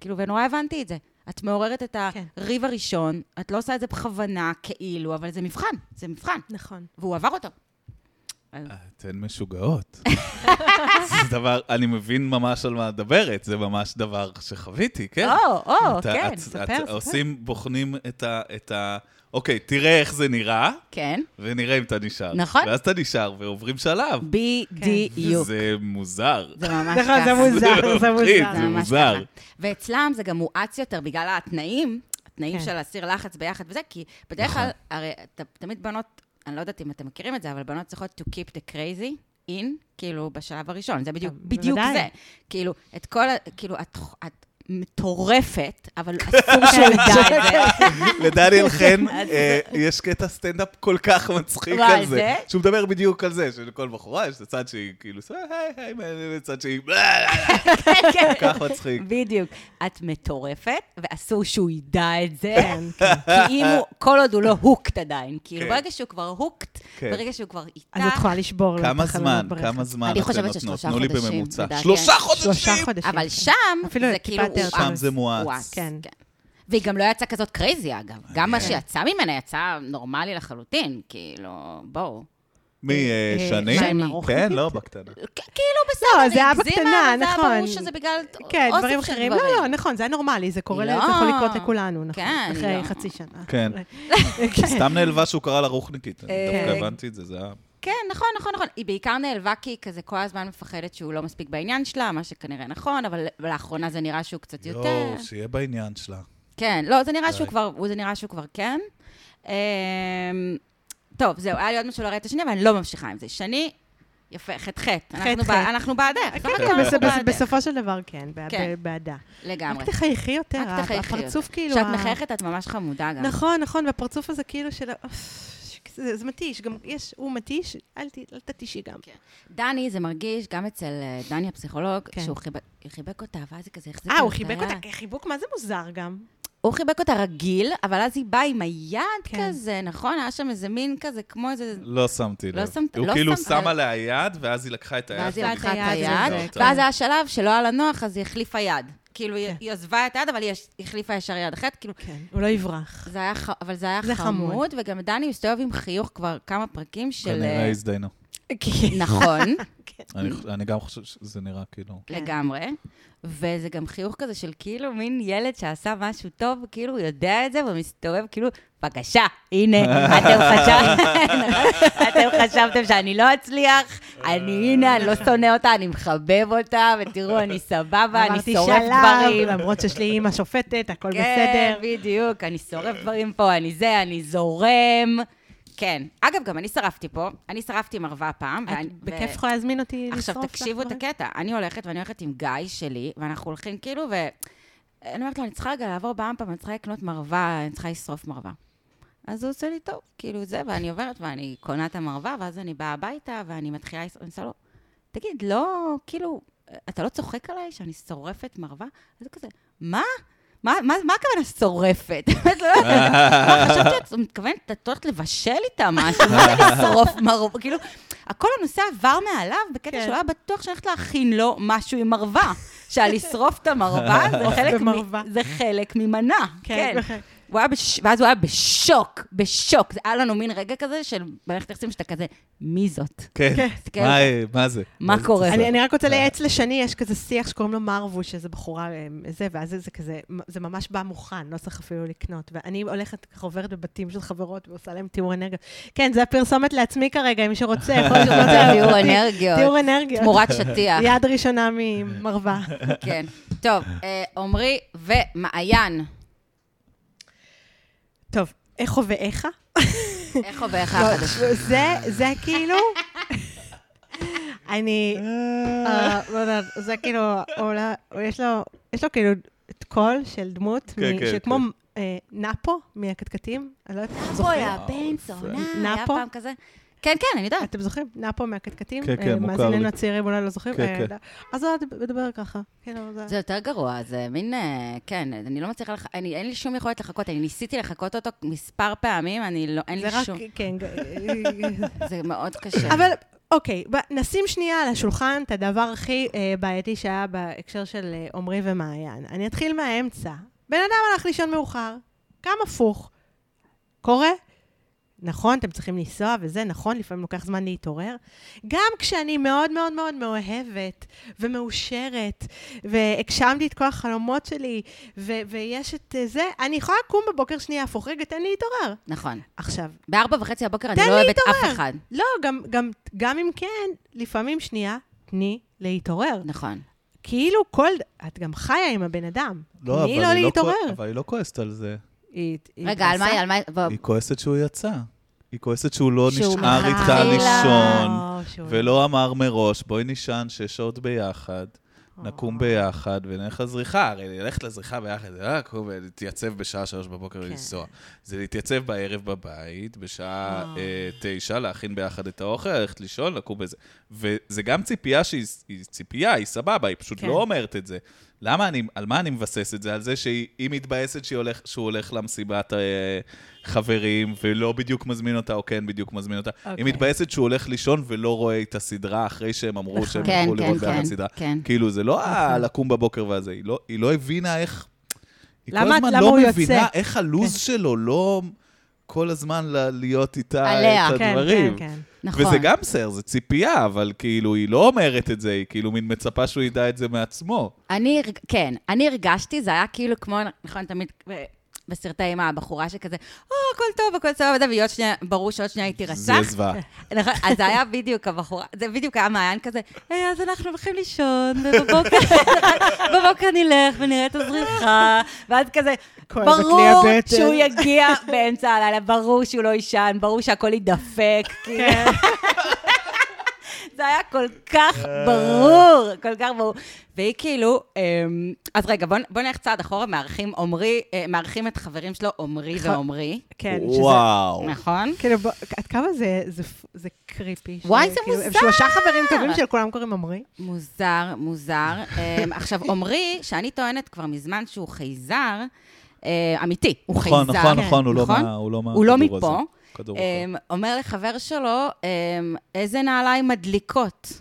כאילו, ונורא הבנתי את זה. את מעוררת את כן. הריב הראשון, את לא עושה את זה בכוונה, כאילו, אבל זה מבחן, זה מבחן. נכון. והוא עבר אותו. אז- אתן משוגעות. (laughs) זה דבר, אני מבין ממש על מה את מדברת, זה ממש דבר שחוויתי, כן. או, או, אתה- כן, את- ספר, את- ספר. עושים, בוחנים את ה- את ה... אוקיי, תראה איך זה נראה, כן, ונראה אם אתה נשאר. נכון. ואז אתה נשאר, ועוברים שלב. בדיוק. זה מוזר. זה ממש נכון, ככה. זה מוזר, זה מפחיד, מוזר. זה ממש מוזר. ככה. ואצלם זה גם מואץ יותר בגלל התנאים, התנאים כן. של הסיר לחץ ביחד וזה, כי בדרך כלל, הרי ת- תמיד בנות, אני לא יודעת אם אתם מכירים את זה, אבל בנות צריכות to keep the crazy in, כאילו, בשלב הראשון. זה בדיוק, כן, בדיוק בוודאי. זה. כאילו, את כל ה... כאילו, את... את מטורפת, אבל אסור שהוא ידע את זה. (laughs) (laughs) לדניאל חן אה, יש קטע סטנדאפ כל כך מצחיק וואי, על זה, זה? שהוא מדבר בדיוק על זה, שלכל בחורה יש את הצד שהיא כאילו, "אה, היי, היי, מעניין", צד שהיא, "אה, אה, אה", כן. כל כך מצחיק. (laughs) בדיוק. את מטורפת, ואסור שהוא ידע את זה. כן. כי אם הוא, כל עוד הוא לא הוקט עדיין. כאילו, כן. ברגע שהוא כבר הוקט, כן. ברגע שהוא כבר איתך... אז את יכולה לשבור לו את כמה החלומות זמן, ברחם. כמה זמן אני אתן חושבת נותנות? ששלושה תנו לי חודשים, בממוצע. לדעתי, שלושה כן. חודשים! שלושה חודשים. אבל שם, אפילו זה טיפה כאילו... יותר הוא טוב. שם זה מואץ. כן. והיא גם לא יצאה כזאת קרייזי, אגב. גם כן. מה שיצא ממנה יצא נורמלי לחלוטין, כאילו, בואו. אה, משני? מה, עם כן, הרוחבית? לא, בקטנה. כ- כאילו, בסדר, זה היה הגזימה, בקטנה, אבל זה היה נכון. ברור שזה בגלל כן, אוסף דברים של אחרים. לא, לא, נכון, זה היה נורמלי, זה קורה, לא. זה יכול לקרות לכולנו, נכון. כן, אחרי לא. חצי שנה. כן. סתם נעלבה שהוא קרא לה רוחניקית, אני אה, דווקא הבנתי את זה, זה היה... כן, נכון, נכון, נכון. היא בעיקר נעלבה כי היא כזה כל הזמן מפחדת שהוא לא מספיק בעניין שלה, מה שכנראה נכון, אבל לאחרונה זה נראה שהוא קצת יותר... יואו, שיהיה בעניין שלה. כן, לא, זה נראה שהוא כבר, הוא- זה נראה שהוא כבר כן. אמ, טוב, זהו, היה לי עוד משהו לראות את השני, אבל אני לא ממשיכה עם זה. שני, יפה, חטא חטא. אנחנו חטא, בע- חטא. אנחנו בעדך. לא כן, בטוח, בס- אנחנו בס- בעדך. בסופו של דבר, כן, ב- כן. ב- בעדה. לגמרי. רק תחייכי יותר, רק תחייכי הפרצוף יותר. כאילו... כשאת ה- מחייכת, את ממש חמודה גם. נכון, נכון, והפרצוף הזה כאילו של... ה- זה זה מתיש, גם יש, הוא מתיש, אל ת- אל תתישי גם. כן, דני, זה מרגיש, גם אצל אה, דני הפסיכולוג, כן. שהוא חיבק- חיבק אותה, ואז היא כזה החזיקה אה, הוא את חיבק היד. אותה, חיבוק מה זה מוזר גם. הוא חיבק אותה רגיל, אבל אז היא באה עם היד כן. כזה, נכון? היה שם איזה מין כזה, כמו איזה... לא שמתי לב. לא שמת- הוא לא כאילו שמת- שמה לה יד, ואז היא לקחה את היד. ואז היא את לקחה את היד היד, וזה. ואז היה שלב שלא היה לה נוח, אז היא החליפה יד. כאילו, היא- כן. היא עזבה את היד, אבל היא יש- החליפה ישר יד אחרת, כאילו... כן, הוא לא יברח. זה היה, ח- אבל זה היה זה חמוד. חמוד, וגם דני מסתובב עם חיוך כבר כמה פרקים של... כנראה אה, הזדיינו. נכון, (laughs) כן. אני חוש- אני גם חושב שזה נראה כאילו... לגמרי. וזה גם חיוך כזה של כאילו מין ילד שעשה משהו טוב, כאילו הוא יודע את זה, ומסתובב כאילו, בבקשה, הנה, אתם, חשב... (laughs) אתם חשבתם שאני לא אצליח, אני הנה, אני לא שונא אותה, אני מחבב אותה, ותראו, אני סבבה, אני אמרתי שורף שלב, דברים. למרות שיש לי אימא שופטת, הכל כן, בסדר. בדיוק, אני שורף דברים פה, אני זה, אני זורם. כן. אגב, גם אני שרפתי פה, אני שרפתי מרווה פעם. ואני- את בכיף ו- יכולה להזמין אותי לשרוף עכשיו, לך תקשיבו את דברים? הקטע. אני הולכת, ואני הולכת עם גיא שלי, ואנחנו הולכים כאילו, ו... אני אומרת לו, אני צריכה רגע לעבור באמפם, אני צריכה לקנות מרווה, אני צריכה לשרוף מרווה. אז הוא עושה לי טוב, כאילו זה, ואני עוברת ואני קונה את המרווה, ואז אני באה הביתה ואני מתחילה, לס- אני עושה לו, תגיד, לא, כאילו, אתה לא צוחק עליי שאני שורפת מרווה? אז הוא כזה, מה? מה, מה, מה הכוונה שורפת? (laughs) באמת, לא יודעת. מה, חשבתי שאת מתכוונת, את הולכת לבשל איתה משהו, מה זה לשרוף מרווה? כאילו, הכל הנושא עבר מעליו בקטע כן. שהוא היה בטוח שאני הולכת להכין לו משהו עם מרווה. שהלשרוף את המרווה זה חלק מ- במרווה. זה חלק ממנה. כן. כן. הוא היה בש... ואז הוא היה בשוק, בשוק. זה היה לנו מין רגע כזה של מערכת יחסים שאתה כזה, מי זאת? כן. תסתכל. מה, אה, מה זה? מה קורה? לא. אני, אני רק רוצה לייעץ לשני, יש כזה שיח שקוראים לו מרבו, שזה בחורה אה, זה, ואז זה כזה, זה ממש בא מוכן, לא צריך אפילו לקנות. ואני הולכת, ככה עוברת בבתים של חברות ועושה להם תיאור אנרגיה. כן, זה הפרסומת לעצמי כרגע, אם מישהו רוצה, (laughs) יכול להיות שזה לא תיאור תיאור אנרגיות. תיאור אנרגיות. (laughs) תמורת שטיח. יד ראשונה ממרווה. כן. טוב, אה, עמרי ומעיין. טוב, איכו ואיכה? איך עובר לך לא, החדש? זה, זה כאילו... (laughs) אני... אה, לא יודעת, זה כאילו, אולי- יש לו- יש לו כאילו את קול של דמות, כן, מ- כן, שכמו אה, נאפו מהקטקטים, אני לא יודעת, אתם בואי, זוכרים? הבן זונה, היה נאפו? פעם כזה. כן, כן, אני יודעת. אתם זוכרים? נאפו מהקטקטים? כן, כן, אה, מוכר לי. מאזיננו הצעירים אולי לא זוכרים? כן, אה, כן. לא. אז הוא מדבר ככה. כאילו, זה- זה יותר גרוע, זה מין, אה, כן, אני לא מצליחה, לח- אני- אין לי שום יכולת לחכות, אני ניסיתי לחכות אותו מספר פעמים, אני לא, אין זה לי רק, (laughs) שום, (laughs) כן. ג- זה מאוד קשה. אבל אוקיי, ב- נשים שנייה על השולחן את הדבר הכי אה, בעייתי שהיה בהקשר של אה, עמרי ומעיין. אני אתחיל מהאמצע. בן אדם הלך לישון מאוחר, קם הפוך. קורה? נכון, אתם צריכים לנסוע וזה, נכון, לפעמים לוקח זמן להתעורר. גם כשאני מאוד מאוד מאוד מאוהבת ומאושרת, והגשמתי את כל החלומות שלי, ו- ויש את אה, זה, אני יכולה לקום בבוקר שנייה הפוך, רגע, תן לי להתעורר. נכון. עכשיו, בארבע וחצי הבוקר אני תן לא לי אוהבת להתעורר. אף אחד. לא, גם, גם, גם אם כן, לפעמים שנייה, תני להתעורר. נכון. כאילו כל... את גם חיה עם הבן אדם. תני לא, אבל לו היא לא להתעורר. כוע- אבל היא לא כועסת על זה. היא- היא רגע, על מה, התנסה. על מה, בוא, היא כועסת שהוא יצא. היא כועסת שהוא לא שהוא נשאר מלכתחילה. איתה לישון, לא, שהוא- ולא אמר מראש, בואי נישן שש שעות ביחד, נקום ביחד ונלך לזריחה. הרי ללכת לזריחה ביחד זה לא לקום ולהתייצב בשעה שלוש בבוקר ולנסוע. זה להתייצב בערב בבית, בשעה אה, תשע, להכין ביחד את האוכל, ללכת לישון, לקום בזה. וזה גם ציפייה שהיא היא ציפייה, היא סבבה, היא פשוט כן. לא אומרת את זה. למה אני, על מה אני מבסס את זה? על זה שהיא היא מתבאסת שהיא הולך, שהוא הולך למסיבת אה, חברים ולא בדיוק מזמין אותה, או כן בדיוק מזמין אותה. Okay. אוקיי. היא מתבאסת שהוא הולך לישון ולא רואה את הסדרה אחרי שהם נכון. אמרו שהם כן, הלכו כן, לראות כן, גם את הסדרה. כן. כאילו, זה לא ה- לקום בבוקר והזה, היא לא, היא לא הבינה איך... היא כל למה- הזמן למה לא הוא יוצא? כן. מבינה איך הלו"ז שלו לא כל הזמן ל- להיות איתה עליה. את כן, הדברים. כן, כן. נכון. וזה גם בסדר, זה ציפייה, אבל כאילו, היא לא אומרת את זה, היא כאילו מין מצפה שהוא ידע את זה מעצמו. אני, הרג- כן, אני הרגשתי, זה היה כאילו כמו, נכון, תמיד ב- בסרטי אימה, הבחורה שכזה, או, הכל טוב, הכל סבבה, והיא עוד שנייה, ברור שעוד שנייה היא זה תירצח. זוועה. (laughs) נכון, אז זה היה בדיוק הבחורה, זה בדיוק היה מעיין כזה, "אה, אז אנחנו הולכים לישון, ובבוקר (laughs) בבוקר נלך ונראה את הזריחה, ואז כזה, כואבת לי ברור הבטן." שהוא יגיע באמצע הלילה, ברור שהוא לא יישן, ברור שהכל יידפק, כאילו. זה היה כל כך אה. ברור, כל כך ברור. והיא כאילו, אמ, אז רגע, בואו בוא נלך צעד אחורה, מארחים עומרי, אה, מארחים את חברים שלו עומרי נכון. ח- ועומרי, כן, שזה... וואו. נכון? כאילו, בוא- עד כמה זה- זה פ- זה קריפי. ש- וואי, זה כאילו, הם מוזר. שלושה חברים טובים שלכולם קוראים עמרי. מוזר, מוזר. אמ, עכשיו, עמרי, שאני טוענת כבר מזמן שהוא חייזר, אה, אמיתי, הוא חייזר. נכון, נכון, נכון, הוא לא נכון? מה... הוא לא, מה הוא לא הכדור הזה. מפה. כדור אחר. אה, אמ, אומר לחבר שלו, אמ, איזה נעליים מדליקות.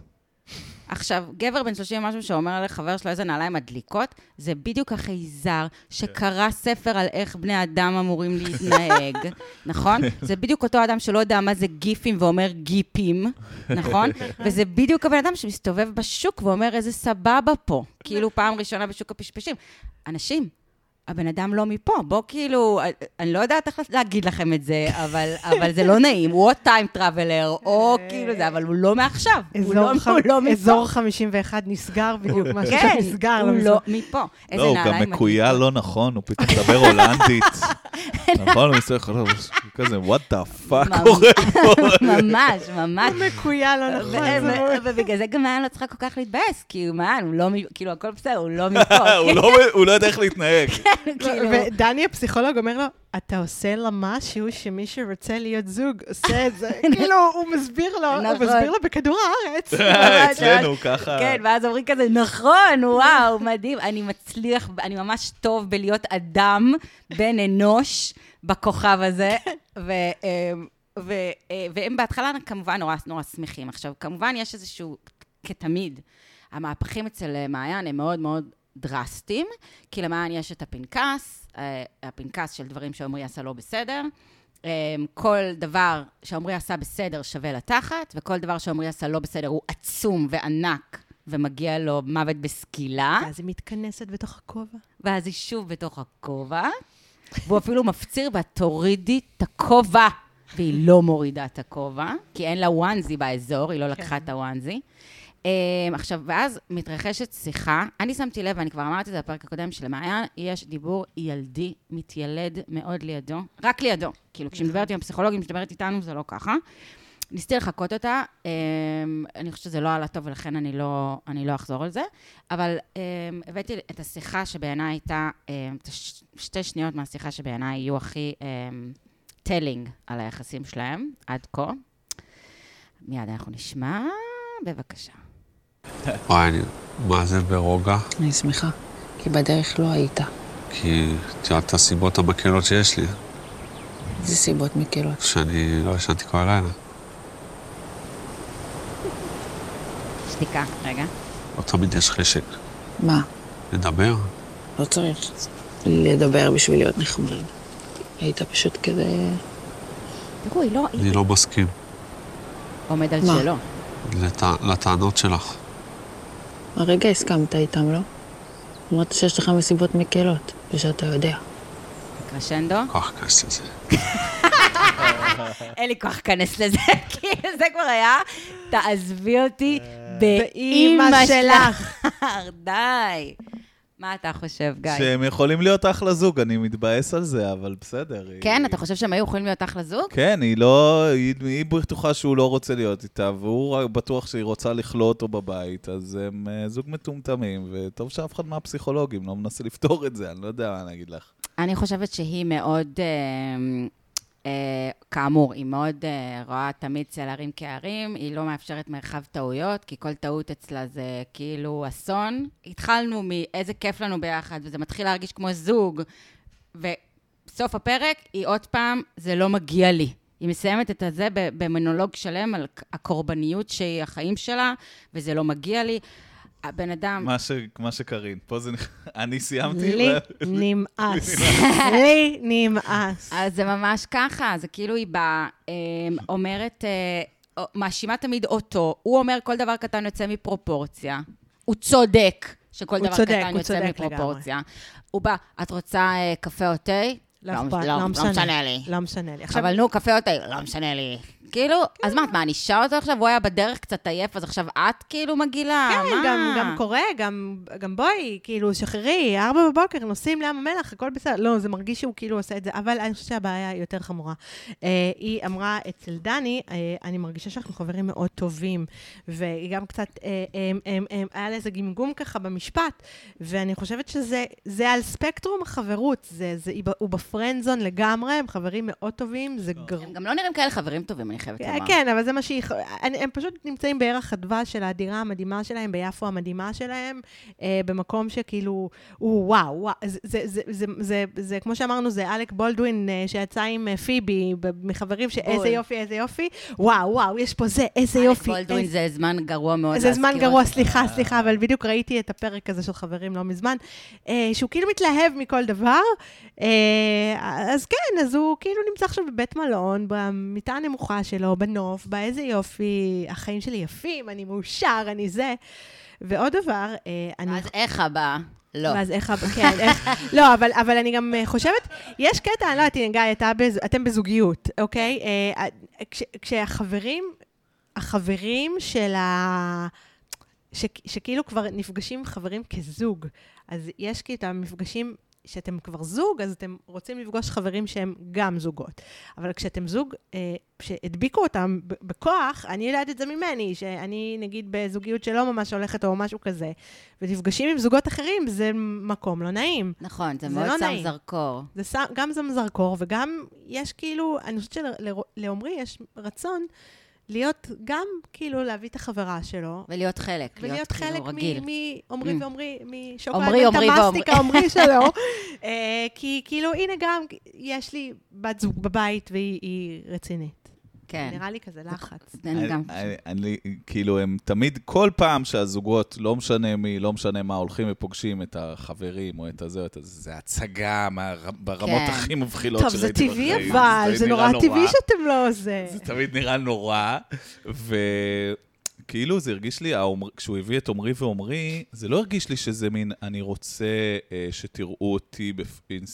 עכשיו, גבר בן 30 משהו שאומר לחבר שלו איזה נעליים מדליקות, זה בדיוק החייזר כן. שקרא ספר על איך בני אדם אמורים להתנהג, (laughs) נכון? זה בדיוק אותו אדם שלא יודע מה זה גיפים ואומר גיפים, (laughs) נכון? וזה בדיוק הבן אדם שמסתובב בשוק ואומר איזה סבבה פה, (laughs) כאילו פעם ראשונה בשוק הפשפשים. אנשים, הבן אדם לא מפה, בוא כאילו, אני לא יודעת איך להגיד לכם את זה, אבל, (laughs) אבל זה לא נעים, הוא או טיים טראבלר, או כאילו זה, אבל הוא לא מעכשיו, הוא לא, אזור ח- הוא לא מפה. אזור 51 נסגר בדיוק, משהו כן, שנסגר. הוא מזמן. לא מפה. איזה לא, הוא נעליים גם מדהים. מקויה לא נכון, הוא פתאום מדבר (laughs) הולנדית. נכון, הוא מסתכל עליו, הוא כזה, what the fuck ממש. קורה פה? (laughs) ממש, ממש. מקויה, לא ו- נכון. זה ו- לא- ובגלל זה גם מעיין לא צריכה כל כך להתבאס, כי הוא מעיין, הוא לא, מ- כאילו, הכל בסדר, הוא לא מפה. (laughs) הוא לא- הוא לא יודע איך להתנהג. כאילו, ודני הפסיכולוג אומר לו, אתה עושה לה משהו שמי שרוצה להיות זוג עושה (laughs) את זה. כאילו, הוא מסביר לו, הוא נכון. מסביר לו בכדור (laughs) הארץ. כן, ממש, (laughs) אצלנו ממש. ככה. לא כן, ואז אומרים כזה, נכון, וואו, (laughs) מדהים. אני מצליח, אני ממש טוב בלהיות אדם, בן אנוש, בכוכב הזה. ו... אמ, ו, אה, והם בהתחלה כמובן נורא נורא שמחים. עכשיו, כמובן יש איזשהו, כתמיד, המהפכים אצל אה, מעיין הם מאוד מאוד דרסטיים, כי למעיין יש את הפנקס, אה, הפנקס של דברים שעמרי עשה לא בסדר. אה, כל דבר שעמרי עשה בסדר שווה לתחת, וכל דבר שעמרי עשה לא בסדר הוא עצום וענק, ומגיע לו מוות בסקילה. ואז היא מתכנסת בתוך הכובע. ואז היא שוב בתוך הכובע, והוא אפילו מפציר בה, תורידי את הכובע. והיא לא מורידה את הכובע, כי אין לה וואנזי באזור, היא לא לקחה את הוואנזי. אמ, עכשיו, ואז מתרחשת שיחה, אני שמתי לב, ואני כבר אמרתי את זה בפרק הקודם של מעיין, יש דיבור ילדי, מתיילד מאוד לידו, רק לידו. כאילו, כשהיא מדברת עם הפסיכולוגים, כשמדברת איתנו, זה לא ככה. ניסיתי לחקות אותה, אמ, אני חושבת שזה לא עלה טוב ולכן אני לא, אני לא אחזור על זה, אבל אמ, הבאתי את השיחה שבעיניי הייתה, אמ, את הש- שתי שניות מהשיחה שבעיניי יהיו הכי טלינג על היחסים שלהם עד כה. מיד אנחנו נשמע, בבקשה. וואי, אני מה זה ברוגע? אני שמחה, כי בדרך לא היית. כי את יודעת את הסיבות המקלות שיש לי, זה סיבות מקלות. שאני לא ישנתי כל הלילה. שתיקה, רגע. לא תמיד יש חשק. מה? לדבר? לא צריך לדבר בשביל להיות נחמד. היית פשוט כזה תראו, היא לא... היא אני לא מסכים עומד על מה? שלו. לטע- לטענות שלך. הרגע הסכמת איתם, לא? אמרת שיש לך מסיבות מקלות, ושאתה יודע. קרשנדו. כך כנס לזה. אין לי כוח להיכנס לזה, (laughs) כי זה כבר היה, תעזבי אותי באמא באימא שלך." שלך. (laughs) די. מה אתה חושב, גיא? שהם יכולים להיות אחלה זוג, אני מתבאס על זה, אבל בסדר. היא- כן, אתה חושב שהם היו יכולים להיות אחלה זוג? כן, היא לא... היא, היא בטוחה שהוא לא רוצה להיות איתה, והוא רק בטוח שהיא רוצה לכלוא אותו בבית, אז הם אה, זוג מטומטמים, וטוב שאף אחד מהפסיכולוגים לא מנסה לפתור את זה, אני לא יודע מה אני אגיד לך. אני חושבת שהיא מאוד, אה, אה, כאמור, היא מאוד אה, רואה תמיד צל הרים כהרים, היא לא מאפשרת מרחב טעויות, כי כל טעות אצלה זה כאילו אסון. התחלנו מאיזה כיף לנו ביחד, וזה מתחיל להרגיש כמו זוג, וסוף הפרק היא עוד פעם, זה לא מגיע לי. היא מסיימת את הזה ב- במונולוג שלם על הקורבניות שהיא החיים שלה, וזה לא מגיע לי. הבן אדם... מה, ש, מה שקרין, פה זה... נכ- (laughs) אני סיימתי? לי ו- נמאס. לי נמאס. אז זה ממש ככה, זה כאילו היא באה, אמ, אומרת, אה, מאשימה תמיד אותו, הוא אומר כל דבר קטן יוצא מפרופורציה, הוא צודק שכל הוא דבר צודק, קטן הוא יוצא צודק מפרופורציה. הוא בא, את רוצה אה, קפה או תה? אכפת, מש- לא משנה לי. לא משנה לי. עכשיו, אבל נו, קפה או תה? לא משנה לי. כאילו, אז מה, את מענישה אותו עכשיו? הוא היה בדרך קצת עייף, אז עכשיו את כאילו מגעילה? כן, מה? גם, גם קורה, גם, גם בואי, כאילו, שחררי, ארבע בבוקר, נוסעים לים המלח, הכל בסדר. לא, זה מרגיש שהוא כאילו עושה את זה, אבל אני חושבת שהבעיה היא יותר חמורה. אה, היא אמרה אצל דני, אה, אני מרגישה שאנחנו חברים מאוד טובים, והיא גם קצת, אה, אה, אה, אה, היה לה איזה גמגום ככה במשפט, ואני חושבת שזה זה על ספקטרום החברות, זה, זה, היא ב- הוא בפרנדזון לגמרי, הם חברים מאוד טובים, זה גרוע. הם גם לא נראים כאלה חברים טובים, אני חייבת לומר. כן, אבל זה מה שהיא... אני- הם פשוט נמצאים בערך הדבש של הדירה המדהימה שלהם, ביפו המדהימה שלהם, אה, במקום שכאילו, הוא וואו, וואו, זה, זה, זה, זה, זה, זה, כמו שאמרנו, זה אלק בולדווין אה, שיצא עם אה, פיבי, ב- מחברים שאיזה בול. יופי, איזה יופי, וואו, וואו, יש פה זה, איזה אלק יופי. בולדווין איזה- זה זמן גרוע מאוד זה זמן להזכיר גרוע, אותו. סליחה, סליחה, אבל בדיוק ראיתי את הפרק הזה של חברים לא מזמן, אה, שהוא כאילו מתלהב מכל דבר. אה, אז כן, אז הוא כאילו נמצא עכשיו בבית מלון, במיטה הנמוכה שלו, בנוף, באיזה יופי, החיים שלי יפים, אני מאושר, אני זה. ועוד דבר, אה, אני... אז איך הבא? לא. ואז איך, הב- כן, איך, לא, אבל, אבל אני גם אה, חושבת, יש קטע, אני לא יודעת, הנה, גיא, אתה בז, אתם בזוגיות, אוקיי? אה, כש, כשהחברים, החברים של ה... ש, שכאילו כבר נפגשים חברים כזוג, אז יש כאילו את המפגשים שאתם כבר זוג, אז אתם רוצים לפגוש חברים שהם גם זוגות. אבל כשאתם זוג, אה, שהדביקו אותם ב- בכוח, אני יודעת את זה ממני, שאני נגיד בזוגיות שלא ממש הולכת או משהו כזה, ונפגשים עם זוגות אחרים, זה מקום לא נעים. נכון, זה זה מאוד לא שם נעים. זרקור. זה שם, גם שם זרקור, וגם יש כאילו, אני חושבת שלעומרי יש רצון להיות גם, כאילו, להביא את החברה שלו, ולהיות חלק, להיות ולהיות חלק כאילו רגיל. מעומרי Mm. ועומרי, משוקולד עומרי, עומרי מנטמאסטיקה ועומרי. (laughs) עומרי שלו. אה, כי כאילו, הנה גם, יש לי בת זוג בבית והיא היא רצינית. כן. נראה לי כזה לחץ. זה אני גם. אני, אני, כאילו, הם תמיד, כל פעם שהזוגות, לא משנה מי, לא משנה מה, הולכים ופוגשים את החברים או את הזה, או את הזה, זה הצגה מה, ברמות כן. הכי מבחילות טוב, לא, זה שראיתי טבעי בחיים. אבל, זה נראה נורא טבעי שאתם לא זה. זה תמיד נראה נורא, וכאילו זה הרגיש לי, האומר- כשהוא הביא את עומרי ועומרי, זה לא הרגיש לי שזה מין, אני רוצה אה, שתראו אותי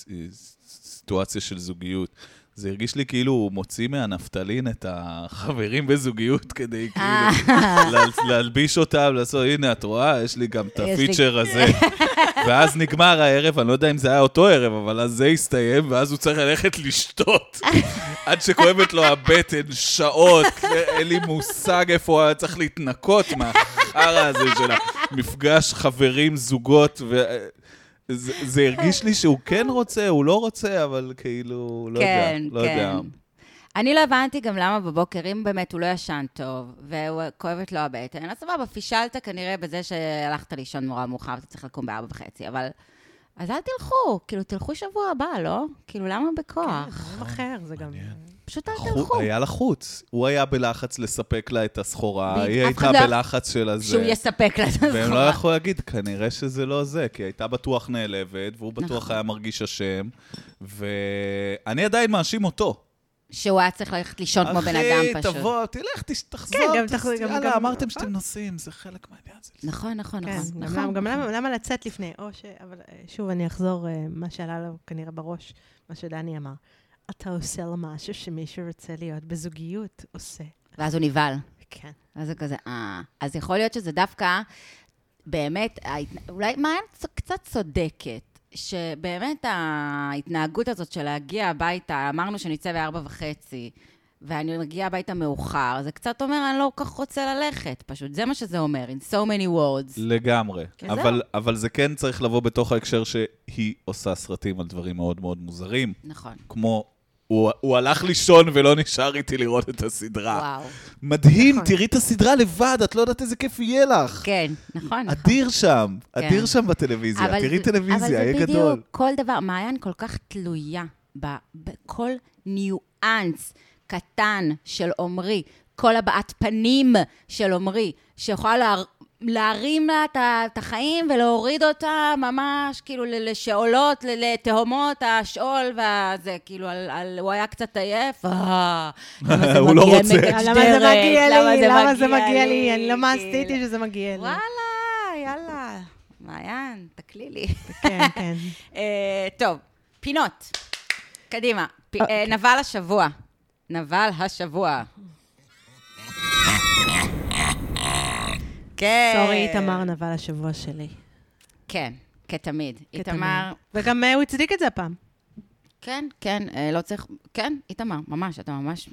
בסיטואציה של זוגיות. זה הרגיש לי כאילו הוא מוציא מהנפטלין את החברים בזוגיות כדי כאילו לה- להלביש אותם, לעשות, הנה, את רואה, יש לי גם את יש לי- הפיצ'ר (laughs) הזה. ואז נגמר הערב, אני לא יודע אם זה היה אותו ערב, אבל אז זה הסתיים, ואז הוא צריך ללכת (laughs) לשתות. עד שכואבת לו הבטן שעות, אין לי מושג איפה הוא היה צריך להתנקות מהחרא הזה של המפגש חברים, זוגות, ו... זה, זה הרגיש לי שהוא כן רוצה, הוא לא רוצה, אבל כאילו, לא כן, יודע, לא כן. יודע. אני לא הבנתי גם למה בבוקר, אם באמת הוא לא ישן טוב, וכואבת לו הבטן, אז סבבה, פישלת כנראה בזה שהלכת לישון נורא מאוחר, אתה צריך לקום בארבע וחצי, אבל... אז אל תלכו, כאילו, תלכו שבוע הבא, לא? כאילו, למה בכוח? זה אחר, זה גם... פשוט אל חו- תלכו. היה לחוץ. הוא היה בלחץ לספק לה את הסחורה, בדיוק, היא אף הייתה אחד לא- בלחץ של הזה. שהוא יספק לה את והם לא הסחורה. יכלו להגיד, כנראה שזה לא זה, כי הייתה בטוח נעלבת, והוא בטוח נכון. היה מרגיש אשם, ואני עדיין מאשים אותו. שהוא היה צריך ללכת לישון כמו בן אדם פשוט. אחי, תבוא, תלך, תש- תחזור. כן, גם תס- תחזור, גם- יאללה, גם- אה? אמרתם שאתם נוסעים, זה חלק מהעניין. זה- לא נכון, נכון, כן, נכון. גם נכון. למה- גם למה- למה לצאת לפני? או ש... אבל אה, שוב, אני אחזור, אה, מה שעלה לו כנראה בראש, מה שדני אמר. אתה עושה לו משהו שמי שרוצה להיות בזוגיות עושה. ואז הוא נבהל. כן. אז זה כזה, אה. אז יכול להיות שזה דווקא, באמת, ההת- אולי מעיין צ- קצת צודקת, שבאמת ההתנהגות הזאת של להגיע הביתה, אמרנו שנצא בארבע וחצי, ואני מגיעה הביתה מאוחר, זה קצת אומר, אני לא כל כך רוצה ללכת, פשוט. זה מה שזה אומר, in so many words. לגמרי. זהו. אבל, אבל זה כן צריך לבוא בתוך ההקשר שהיא עושה סרטים על דברים מאוד מאוד מוזרים, נכון. כמו... הוא, הוא הלך לישון ולא נשאר איתי לראות את הסדרה. וואו. מדהים, נכון. תראי את הסדרה לבד, את לא יודעת איזה כיף יהיה לך. כן, נכון, נכון. אדיר שם, כן. אדיר שם בטלוויזיה, תראי זה- טלוויזיה, יהיה אבל זה גדול. בדיוק, כל דבר, מעיין כל כך תלויה ב- בכל ניואנס קטן של עומרי, כל הבעת פנים של עומרי, שיכולה להר... להרים לה את ה- את החיים ולהוריד אותה ממש, כאילו, ל- לשאולות, ל- לתהומות, השאול והזה, כאילו, על, על, הוא היה קצת עייף, אה, למה זה הוא לא מגיע רוצה. מקטרת? אה, למה זה מגיע לי? למה זה מגיע לי? אני לא מעשיתי כאילו. שזה מגיע לי. וואלה, יאללה. מעיין, תקלי לי. כן, כן. (laughs) אה, טוב, פינות. קדימה. פ- אה, אוקיי. נבל השבוע. נבל (laughs) השבוע. כן. סורי, איתמר נבל השבוע שלי. כן, כתמיד. איתמר, כתמיד. וגם אה, הוא הצדיק את זה הפעם. כן, כן, אה, לא צריך... כן, איתמר, ממש, אתה ממש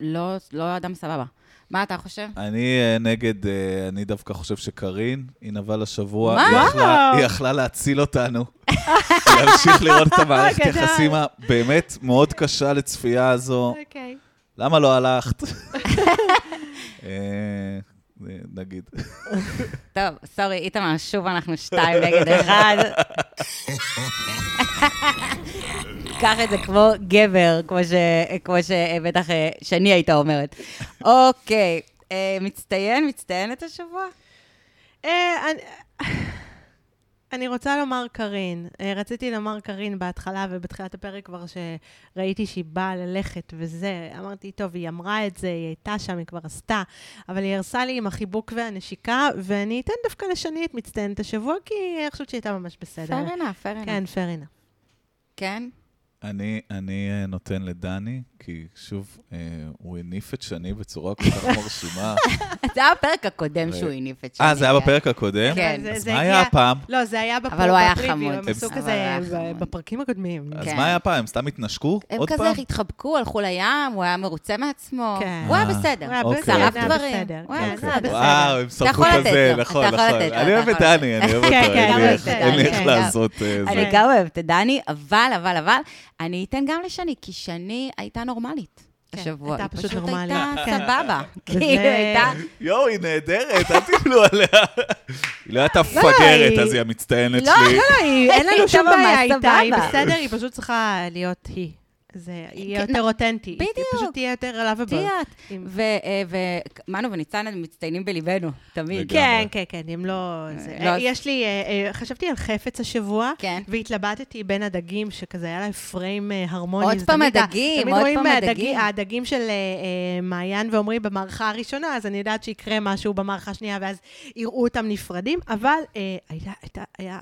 לא לא אדם סבבה. מה אתה חושב? אני אה, נגד, אה, אני דווקא חושב שקארין, היא נבל השבוע. מה? היא יכלה- וואו. היא יכלה להציל אותנו. (laughs) להמשיך לראות את המערכת גדול. יחסים הבאמת מאוד קשה לצפייה הזו. אוקיי. למה לא (laughs) הלכת? אה, נגיד. טוב, סורי, איתמר, שוב אנחנו שתיים נגד אחד. קח את זה כמו גבר, כמו, ש... כמו שבטח אה, שני הייתה אומרת. אוקיי, אה, מצטיין, מצטיינת השבוע? אה, אני- אני רוצה לומר קארין. אה, רציתי לומר קארין בהתחלה ובתחילת הפרק כבר שראיתי שהיא באה ללכת וזה. אמרתי, טוב, היא אמרה את זה, היא הייתה שם, היא כבר עשתה, אבל היא הרסה לי עם החיבוק והנשיקה, ואני אתן דווקא לשני את מצטיינת השבוע, כי אני חושבת שהיא הייתה ממש בסדר. fair enough, fair enough. כן, fair enough. כן? אני, אני אה, נותן לדני, כי שוב, אה, הוא הניף את שני בצורה כל כך (laughs) מרשימה. זה היה הפרק הקודם ו- שהוא הניף את שני. אה, זה היה כן. בפרק הקודם? כן. אבל זה- אז זה מה הגיע- היה הפעם? לא, זה היה בפרק אמ- אבל הוא היה הפריוויו, חמוד. הם עשו אבל כזה הוא היה ב- חמוד. בפרקים הקודמים. אז כן. מה היה הפעם? הם סתם התנשקו? הם עוד כזה פעם? התחבקו, הלכו לים, הוא היה מרוצה מעצמו. כן. הוא היה אה. בסדר. הוא היה אוקיי. בסדר, שרף היה דברים. בסדר. הוא היה כן, בסדר. היה בסדר. וואו, הם אתה סרחו יכול את לתת הזה, לו, אתה נכון, יכול נכון. לתת לו, אני אתה אוהב את יכול לתת דני, אני אוהב אותו, כן, כן, אין גם לי אני איך- אוהבת את אין לי דני, איך כן. לעשות אה, אני זה. גם אוהבת את דני, אבל, אבל, אבל, אני אתן גם לשני, כי שני הייתה נורמלית. כן, השבוע. הייתה היא פשוט נורמלית. הייתה כן. סבבה. וזה- כאילו, הייתה... יואו, היא נהדרת, אל תיפלו עליה. (laughs) היא לא הייתה היא- פגרת, אז היא המצטיינת לא, שלי. לא, היא- אין היא לנו שום ממש בעיה איתה, היא סבבה. בסדר, היא פשוט צריכה להיות היא. זה יהיה כן, יותר אותנטי. היא בדיוק. פשוט תהיה יותר עליו תהיי ובא. את. ומנו אה, וניצן הם מצטיינים בליבנו, תמיד. לגמרי. כן, כן, כן, אם לא... זה- לא, אה, אז- יש לי... אה, אה, חשבתי על חפץ השבוע, כן. והתלבטתי בין הדגים, שכזה היה לה פריים אה, הרמוני. עוד זה פעם תמיד ה- הדגים, תמיד עוד רואים פעם הדגי- הדגים. הדגים של אה, אה, מעיין ועומרי במערכה הראשונה, אז אני יודעת שיקרה משהו במערכה השנייה, ואז יראו אותם נפרדים, אבל אה, הייתה- הייתה- היה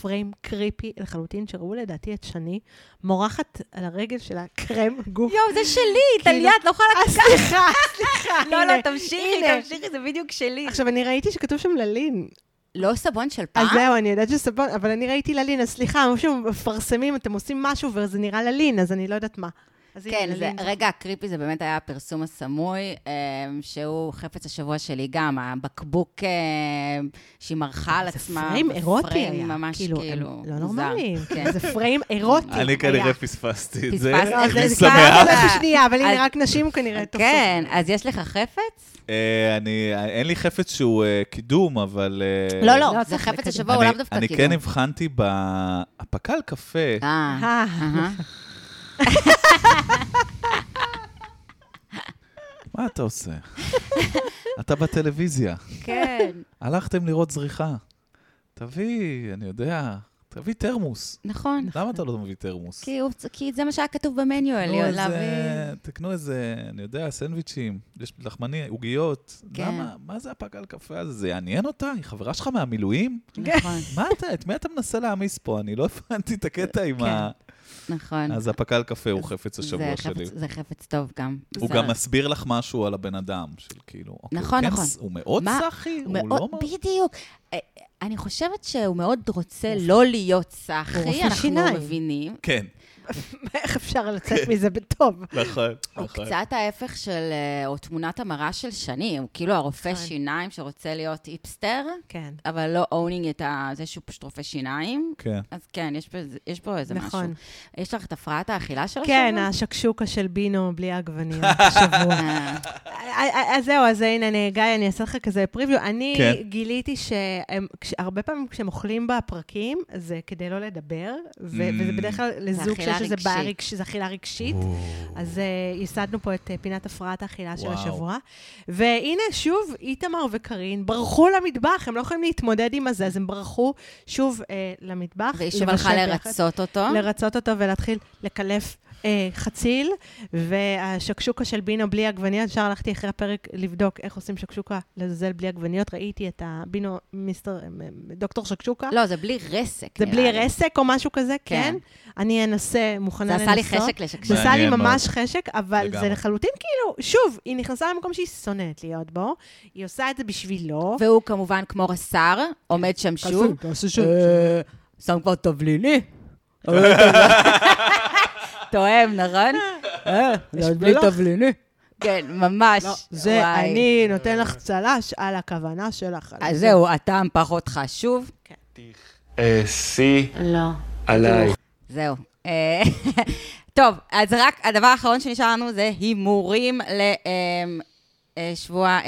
פריים קריפי לחלוטין, שראו לדעתי את שני, מורחת על הרגל שלה קרם גוף. יואו, זה שלי, טליה, את לא יכולה אה, לקחת. סליחה, סליחה. לא, הנה, לא, תמשיכי, הנה. תמשיכי, זה בדיוק שלי. עכשיו, אני ראיתי שכתוב שם ללין. לא סבון של פעם? אז זהו, אני יודעת שסבון, אבל אני ראיתי ללין, אז סליחה, משהו מפרסמים, אתם עושים משהו וזה נראה ללין, אז אני לא יודעת מה. אז הנה, כן, זה, ללין. רגע הקריפי זה באמת היה הפרסום הסמוי, אה, שהוא חפץ השבוע שלי גם, הבקבוק אה, שהיא מרחה על זה עצמה. פריים אירוטי היה. פריים ממש כאילו, כאילו, כאילו הם לא מוזר. נורמליים. כן. אה, זה פריים אירוטי. אני כנראה פספסתי את פספסת זה, את זה, אני זה אה, כבר- שמח. הולכתי שנייה, אבל אז- הנה, רק נשים כנראה תופסות. כן, אז יש לך חפץ? אה, אני- אין לי חפץ שהוא אה, קידום, אבל... אה, לא, לא, לא זה צריך חפץ לקדם. השבוע, הוא לאו אני- דווקא אני קידום. כן הבחנתי בהפקה על קפה. אה, אה, אהה. מה אתה עושה? (laughs) אתה אה. בטלוויזיה. כן. הלכתם לראות זריחה. תביא, אני יודע, תביא תרמוס. נכון. כן, למה אתה לא מביא תרמוס? כי הוא- כי זה מה שהיה כתוב במניואל, תקנו איזה- להביא... תקנו איזה, אני יודע, סנדוויצ'ים, יש לחמני, עוגיות. כן. למה, מה זה הפג על קפה הזה? זה יעניין אותה? היא חברה שלך מהמילואים? נכון, מה אתה, את מי אתה מנסה להעמיס פה? אני לא הבנתי את הקטע עם ה... נכון. אז הפג על קפה הוא חפץ זה השבוע שלי. חפץ- זה חפץ טוב גם. הוא בסדר. גם מסביר לך משהו על הבן אדם, של כאילו... אוקיי, נכון, כן, נכון. ס- הוא מאוד אה, מה- סאחי, הוא מאוד- לא... מ- בדיוק. אה, אני חושבת שהוא מאוד רוצה לא להיות הוא סאחי, רופא אנחנו לא שיניים. מבינים. כן, איך אפשר לצאת מזה בטוב? נכון, הוא נכון. קצת ההפך של, אה, או תמונת המראה של שני, הוא כאילו הרופא נכון. שיניים שרוצה להיות היפסטר, כן. אבל לא אונינג את ה- זה שהוא פשוט רופא שיניים. כן. אז כן, יש פה איזה- יש פה איזה משהו. נכון. יש לך את הפרעת האכילה של כן, השבוע? השקשוקה של בינו (laughs) בלי העגבניות השבוע. (laughs) אה, אז זהו, אז הנה, אני, גיא, אני אעשה לך כזה פריוויו. אני כן. גיליתי שהרבה פעמים כשהם אוכלים בפרקים, זה כדי לא לדבר, ו- Mm. וזה בדרך כלל לזוג אכילה שיש איזה רגשית. בעיה רגשית, זה אכילה רגשית. אז אה, ייסדנו פה את אה, פינת הפרעת האכילה של וואו. השבוע. והנה, שוב, איתמר וקארין ברחו למטבח, הם לא יכולים להתמודד עם הזה, אז הם ברחו שוב אה, למטבח. והיא שוב הלכה לבשל ביחד. לרצות אותו. לרצות אותו ולהתחיל לקלף אה, חציל, והשקשוקה של בינו בלי עגבניות, ישר הלכתי אחרי הפרק לבדוק איך עושים שקשוקה לזלזל בלי עגבניות, ראיתי את הבינו, מיסטר, אה, דוקטור שקשוקה. לא, זה בלי רסק. זה נראה בלי לי. רסק או משהו כזה, כן. כן. אני אנסה, מוכנה זה לנסות. עשה לי חשק לשקשק. זה עשה לי מעניין מאוד. ממש חשק, אבל לגמרי. זה לחלוטין כאילו, שוב, היא נכנסה למקום שהיא שונאת להיות בו, היא עושה את זה בשבילו. והוא כמובן, כמו רס"ר, עומד שם שוב. אה, שם כבר תבליני. (laughs) תואם, נכון? (laughs) אה, זה בלי בלח. תבליני. כן, ממש. לא, זה, וואי. אני נותן לך צל"ש על הכוונה שלך. על אז זה. זהו, הטעם פחות חשוב. תכעסי לא. עליי. זהו. אה, (laughs) טוב, אז רק הדבר האחרון שנשאר לנו זה הימורים אה, לשבוע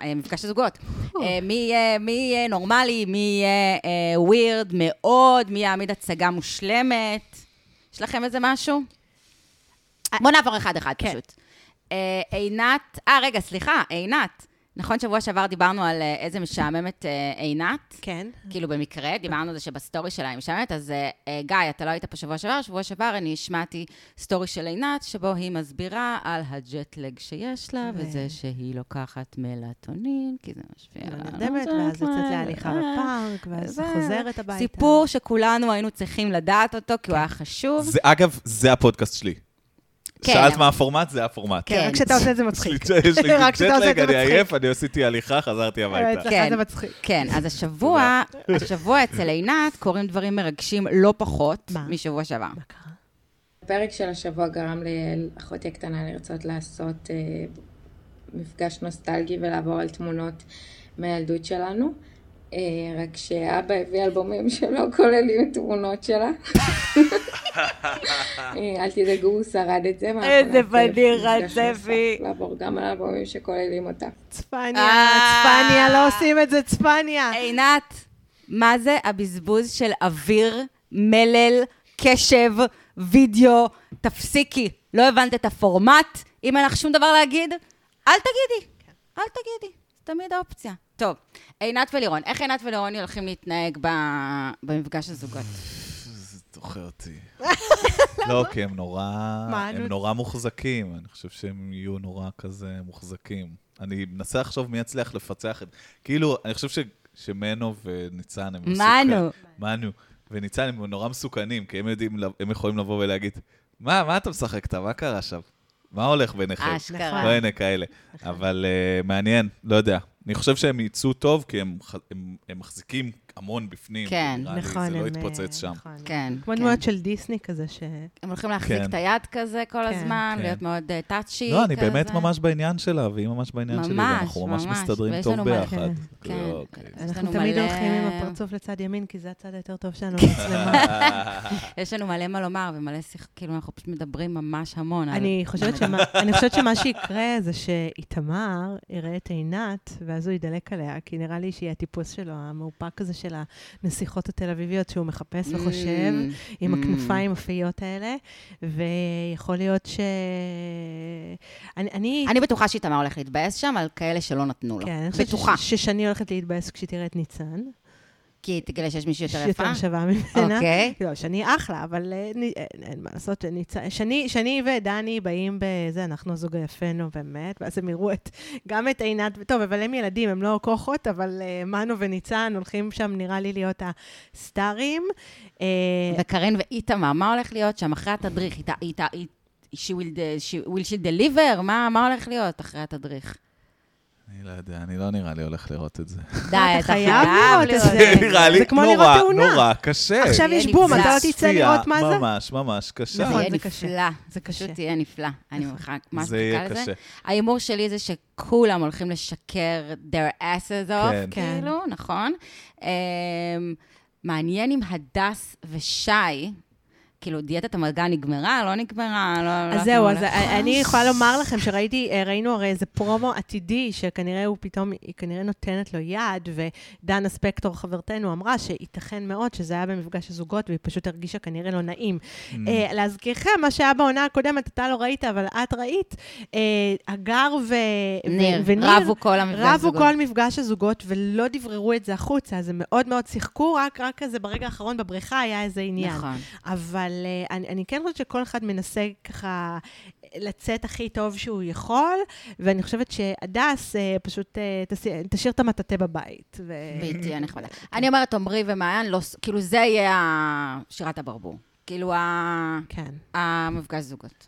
המפגש הזוגות. אה, מי יהיה- מי יהיה נורמלי, מי יהיה אה, ווירד מאוד, מי יעמיד הצגה מושלמת. יש לכם איזה משהו? בואו נעבור אחד-אחד פשוט. אה, עינת, אה, רגע, סליחה, עינת. נכון, שבוע שעבר דיברנו על אה, איזה משעממת אה, עינת? כן. כאילו במקרה, דיברנו על זה שבסטורי שלה היא משעממת, אז אה, אה, גיא, אתה לא היית פה שבוע שעבר, שבוע שעבר אני השמעתי סטורי של עינת, שבו היא מסבירה על הג'טלג שיש לה, כן. וזה שהיא לוקחת מלטונין, כי זה משפיע כן, על אה, נרדמת, לא ואז יוצאת להליכה בפארק, ואז זה- חוזרת הביתה. כן. סיפור שכולנו היינו צריכים לדעת אותו, כי הוא היה חשוב. זה, אגב, זה הפודקאסט שלי. כן. שאלת מה הפורמט, זה הפורמט. כן, כן. רק כשאתה עושה את זה (laughs) מצחיק. יש לי- יש לי רק כשאתה עושה את אוקיי. ג'טלג, זה אני מצחיק. עייף, אני עשיתי הליכה, חזרתי הביתה. אצלך כן. זה מצחיק. כן, אז השבוע, השבוע אצל עינת קורים דברים מרגשים לא פחות מה? משבוע שעבר. מה קרה? הפרק של השבוע גרם ליעל, אחותי הקטנה, לרצות לעשות אה, מפגש נוסטלגי ולעבור על תמונות מהילדות שלנו, אה, רק שאבא הביא אלבומים שלא כוללים תמונות שלה. אה, אל תדאגו, הוא שרד את זה. ואנחנו איזה נעשה פדיחה, מפגש נוסף, צפי. לעבור גם על אלבומים שכוללים אותה. צפניה, אה. צפניה, לא עושים את זה, צפניה. עינת, מה זה הבזבוז של אוויר, מלל, קשב, וידאו? תפסיקי. לא הבנת את הפורמט? אם אין לך שום דבר להגיד, אל תגידי. כן. אל תגידי. זה תמיד האופציה. טוב, עינת ולירון, איך עינת ולירון הולכים להתנהג ב- במפגש הזוגות? זה דוחה אותי. (laughs) לא, כי הם נורא, מה, הם נו? נורא מוחזקים, אני חושב שהם יהיו נורא כזה מוחזקים. אני מנסה לחשוב מי יצליח לפצח את... כאילו, אני חושב ש... שמנו וניצן הם מסוכנים. מנו. מנו. וניצן הם נורא מסוכנים, כי הם יודעים, לב- הם יכולים לבוא ולהגיד, מה, מה אתה משחק איתה? מה קרה שם? מה הולך נכון. ביניכם? אה, אשכרה. לא הנה כאלה. אוקיי. אבל אה, מעניין, לא יודע. אני חושב שהם יצאו טוב, כי הם ח- הם- הם מחזיקים המון בפנים. כן, נראה לי, נכון, זה לא הם, יתפוצץ אה, שם. נכון. כן, כמו כן. דמויות של דיסני כזה, ש... הם הולכים להחזיק כן. את היד כזה כל כן, הזמן, כן. להיות מאוד אה, טאצ'י כזה. לא, אני באמת ממש בעניין שלה, והיא ממש בעניין שלי, ממש, ואנחנו ממש ממש, מסתדרים ויש טוב לנו מלא- ביחד. כן, לא, אוקיי. יש לנו אנחנו תמיד מלא- הולכים עם הפרצוף לצד ימין, כי זה הצד היותר טוב שלנו במצלמה. (laughs) אה, יש לנו מלא מה לומר ומלא שיח, כאילו, אנחנו פשוט מדברים ממש המון. על- אני חושבת שמה- אני חושבת שמה שיקרה זה שאיתמר יראה את עינת, ואז הוא ידלק עליה, כי נראה לי שהיא הטיפוס שלו, המאופק הזה של הנסיכות התל אביביות שהוא מחפש וחושב, Mm, עם mm. הכנפיים הפיות האלה, ויכול להיות ש... אני... אני... אני בטוחה שאיתמר הולך להתבאס שם על כאלה שלא נתנו לו. כן, אני חושבת בטוחה. ש- ששני הולכת להתבאס כשהיא תראה את ניצן. כי תגלה שיש מישהי יותר יפה? יותר שווה ממנה. אוקיי. לא, שני אחלה, אבל אה, ני- אין- אין מה לעשות, אני צ- שני- שני ודני באים בזה, אנחנו הזוג היפה, נו באמת, ואז הם יראו את, גם את עינת, טוב, אבל הם ילדים, הם לא כוחות, אבל אה, מנו וניצן הולכים שם, נראה לי, להיות הסטארים. אה, וקארין ואיתמר, מה הולך להיות שם אחרי התדריך? איתה, איתה, איתה, she will, de- she will she deliver? מה, מה הולך להיות אחרי התדריך? אני לא יודע, אני לא נראה לי הולך לראות את זה. די, (laughs) אתה אתה חייב חייב לראות את לראות. זה. את נראה לי זה כמו לראות נורא, תאונה. נורא קשה. עכשיו יהיה יש בום, נפלא. אתה לא תצא צפייה לראות מה זה? ממש, ממש קשה. זה נכון, יהיה זה קשה. נפלא. זה פשוט קשה. יהיה נפלא. אני מוכרחה, מה זה שתקרא יהיה לזה. קשה. ההימור שלי זה שכולם הולכים לשקר their asses off, כן. כן. כאילו, נכון? Um, מעניין אם הדס ושי, כאילו, דיאטת המגע נגמרה, לא נגמרה, לא... לא אז יודעת זהו, מה אז הולך. אני יכולה לומר לכם שראיתי, אה, ראינו הרי איזה פרומו עתידי, שכנראה הוא פתאום, היא כנראה נותנת לו יד, ודנה ספקטור, חברתנו, אמרה שייתכן מאוד שזה היה במפגש הזוגות, והיא פשוט הרגישה כנראה לא נעים. אה, להזכירכם, מה שהיה בעונה הקודמת, אתה לא ראית, אבל את ראית, אה, הגר ו... ניר, ו- וניר רבו כל המפגש רבו זוגות. כל מפגש הזוגות ולא דבררו את זה החוצה, אז הם מאוד מאוד שיחקו, רק, רק כזה ברגע האחרון בבריכה היה איזה עניין. נכון. אבל אה, אני, אני כן חושבת שכל אחד מנסה ככה אה, לצאת הכי טוב שהוא יכול, ואני חושבת שהדס אה, פשוט אה, תסי- תשאיר את המטאטא בבית. ו... כן. ביתי הנחמדה. אני אומרת, עמרי ומעיין, לא, ס- כאילו, זה יהיה ה- שירת הברבור. כאילו, ה- כן. המפגש זוגות.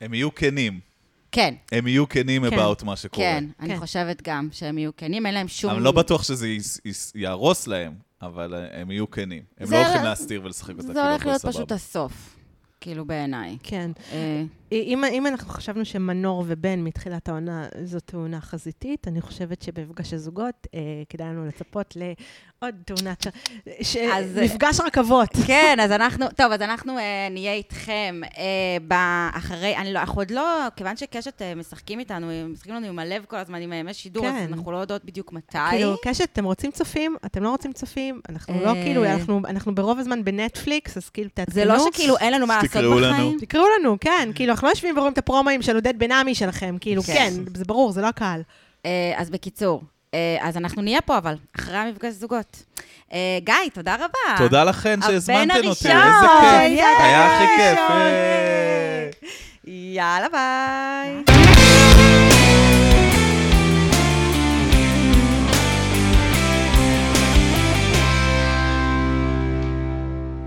הם יהיו כנים. כן, הם יהיו כנים כן. about מה שקורה. כן, אני כן. חושבת גם שהם יהיו כנים, אין להם שום... אני לא בטוח שזה יס- יס- יהרוס להם, אבל אה, הם יהיו כנים. הם זה- לא הולכים להסתיר ולשחק אותה כאילו זה הולך הכל להיות פשוט סבבה. הסוף, כאילו, בעיניי. כן. אה, אם, אם אנחנו חשבנו שמנור ובן מתחילת העונה זו תאונה חזיתית, אני חושבת שבמפגש הזוגות אה, כדאי לנו לצפות לעוד תאונת... ש... אז- אה, מפגש רכבות. כן, אז אנחנו, טוב, אז אנחנו אה, נהיה איתכם אה, ב- אחרי, אני לא, אנחנו עוד לא, כיוון שקשת אה, משחקים איתנו, הם משחקים לנו עם הלב כל הזמן, עם הימי שידור, אז כן. אנחנו לא יודעות בדיוק מתי. כאילו, קשת, אתם רוצים צופים? אתם לא רוצים צופים? אנחנו לא אה. כאילו, אנחנו- אנחנו ברוב הזמן בנטפליקס, אז כאילו, תעדכנו. זה לא שכאילו אין לנו מה לעשות שתקראו לנו. בחיים. תקראו לנו, כן. כאילו, אנחנו לא יושבים ורואים את הפרומואים של עודד בן עמי שלכם. כאילו, כן. כן, זה ברור, זה לא הקהל. אה, אז בקיצור, אה, אז אנחנו נהיה פה אבל, אחרי המפגש זוגות. אה, גיא, תודה רבה. תודה לכן הבן שהזמנתן אותי, הראשון. איזה כיף. יאי, היה הכי הבן כיף. הראשון. אה. יאללה, ביי.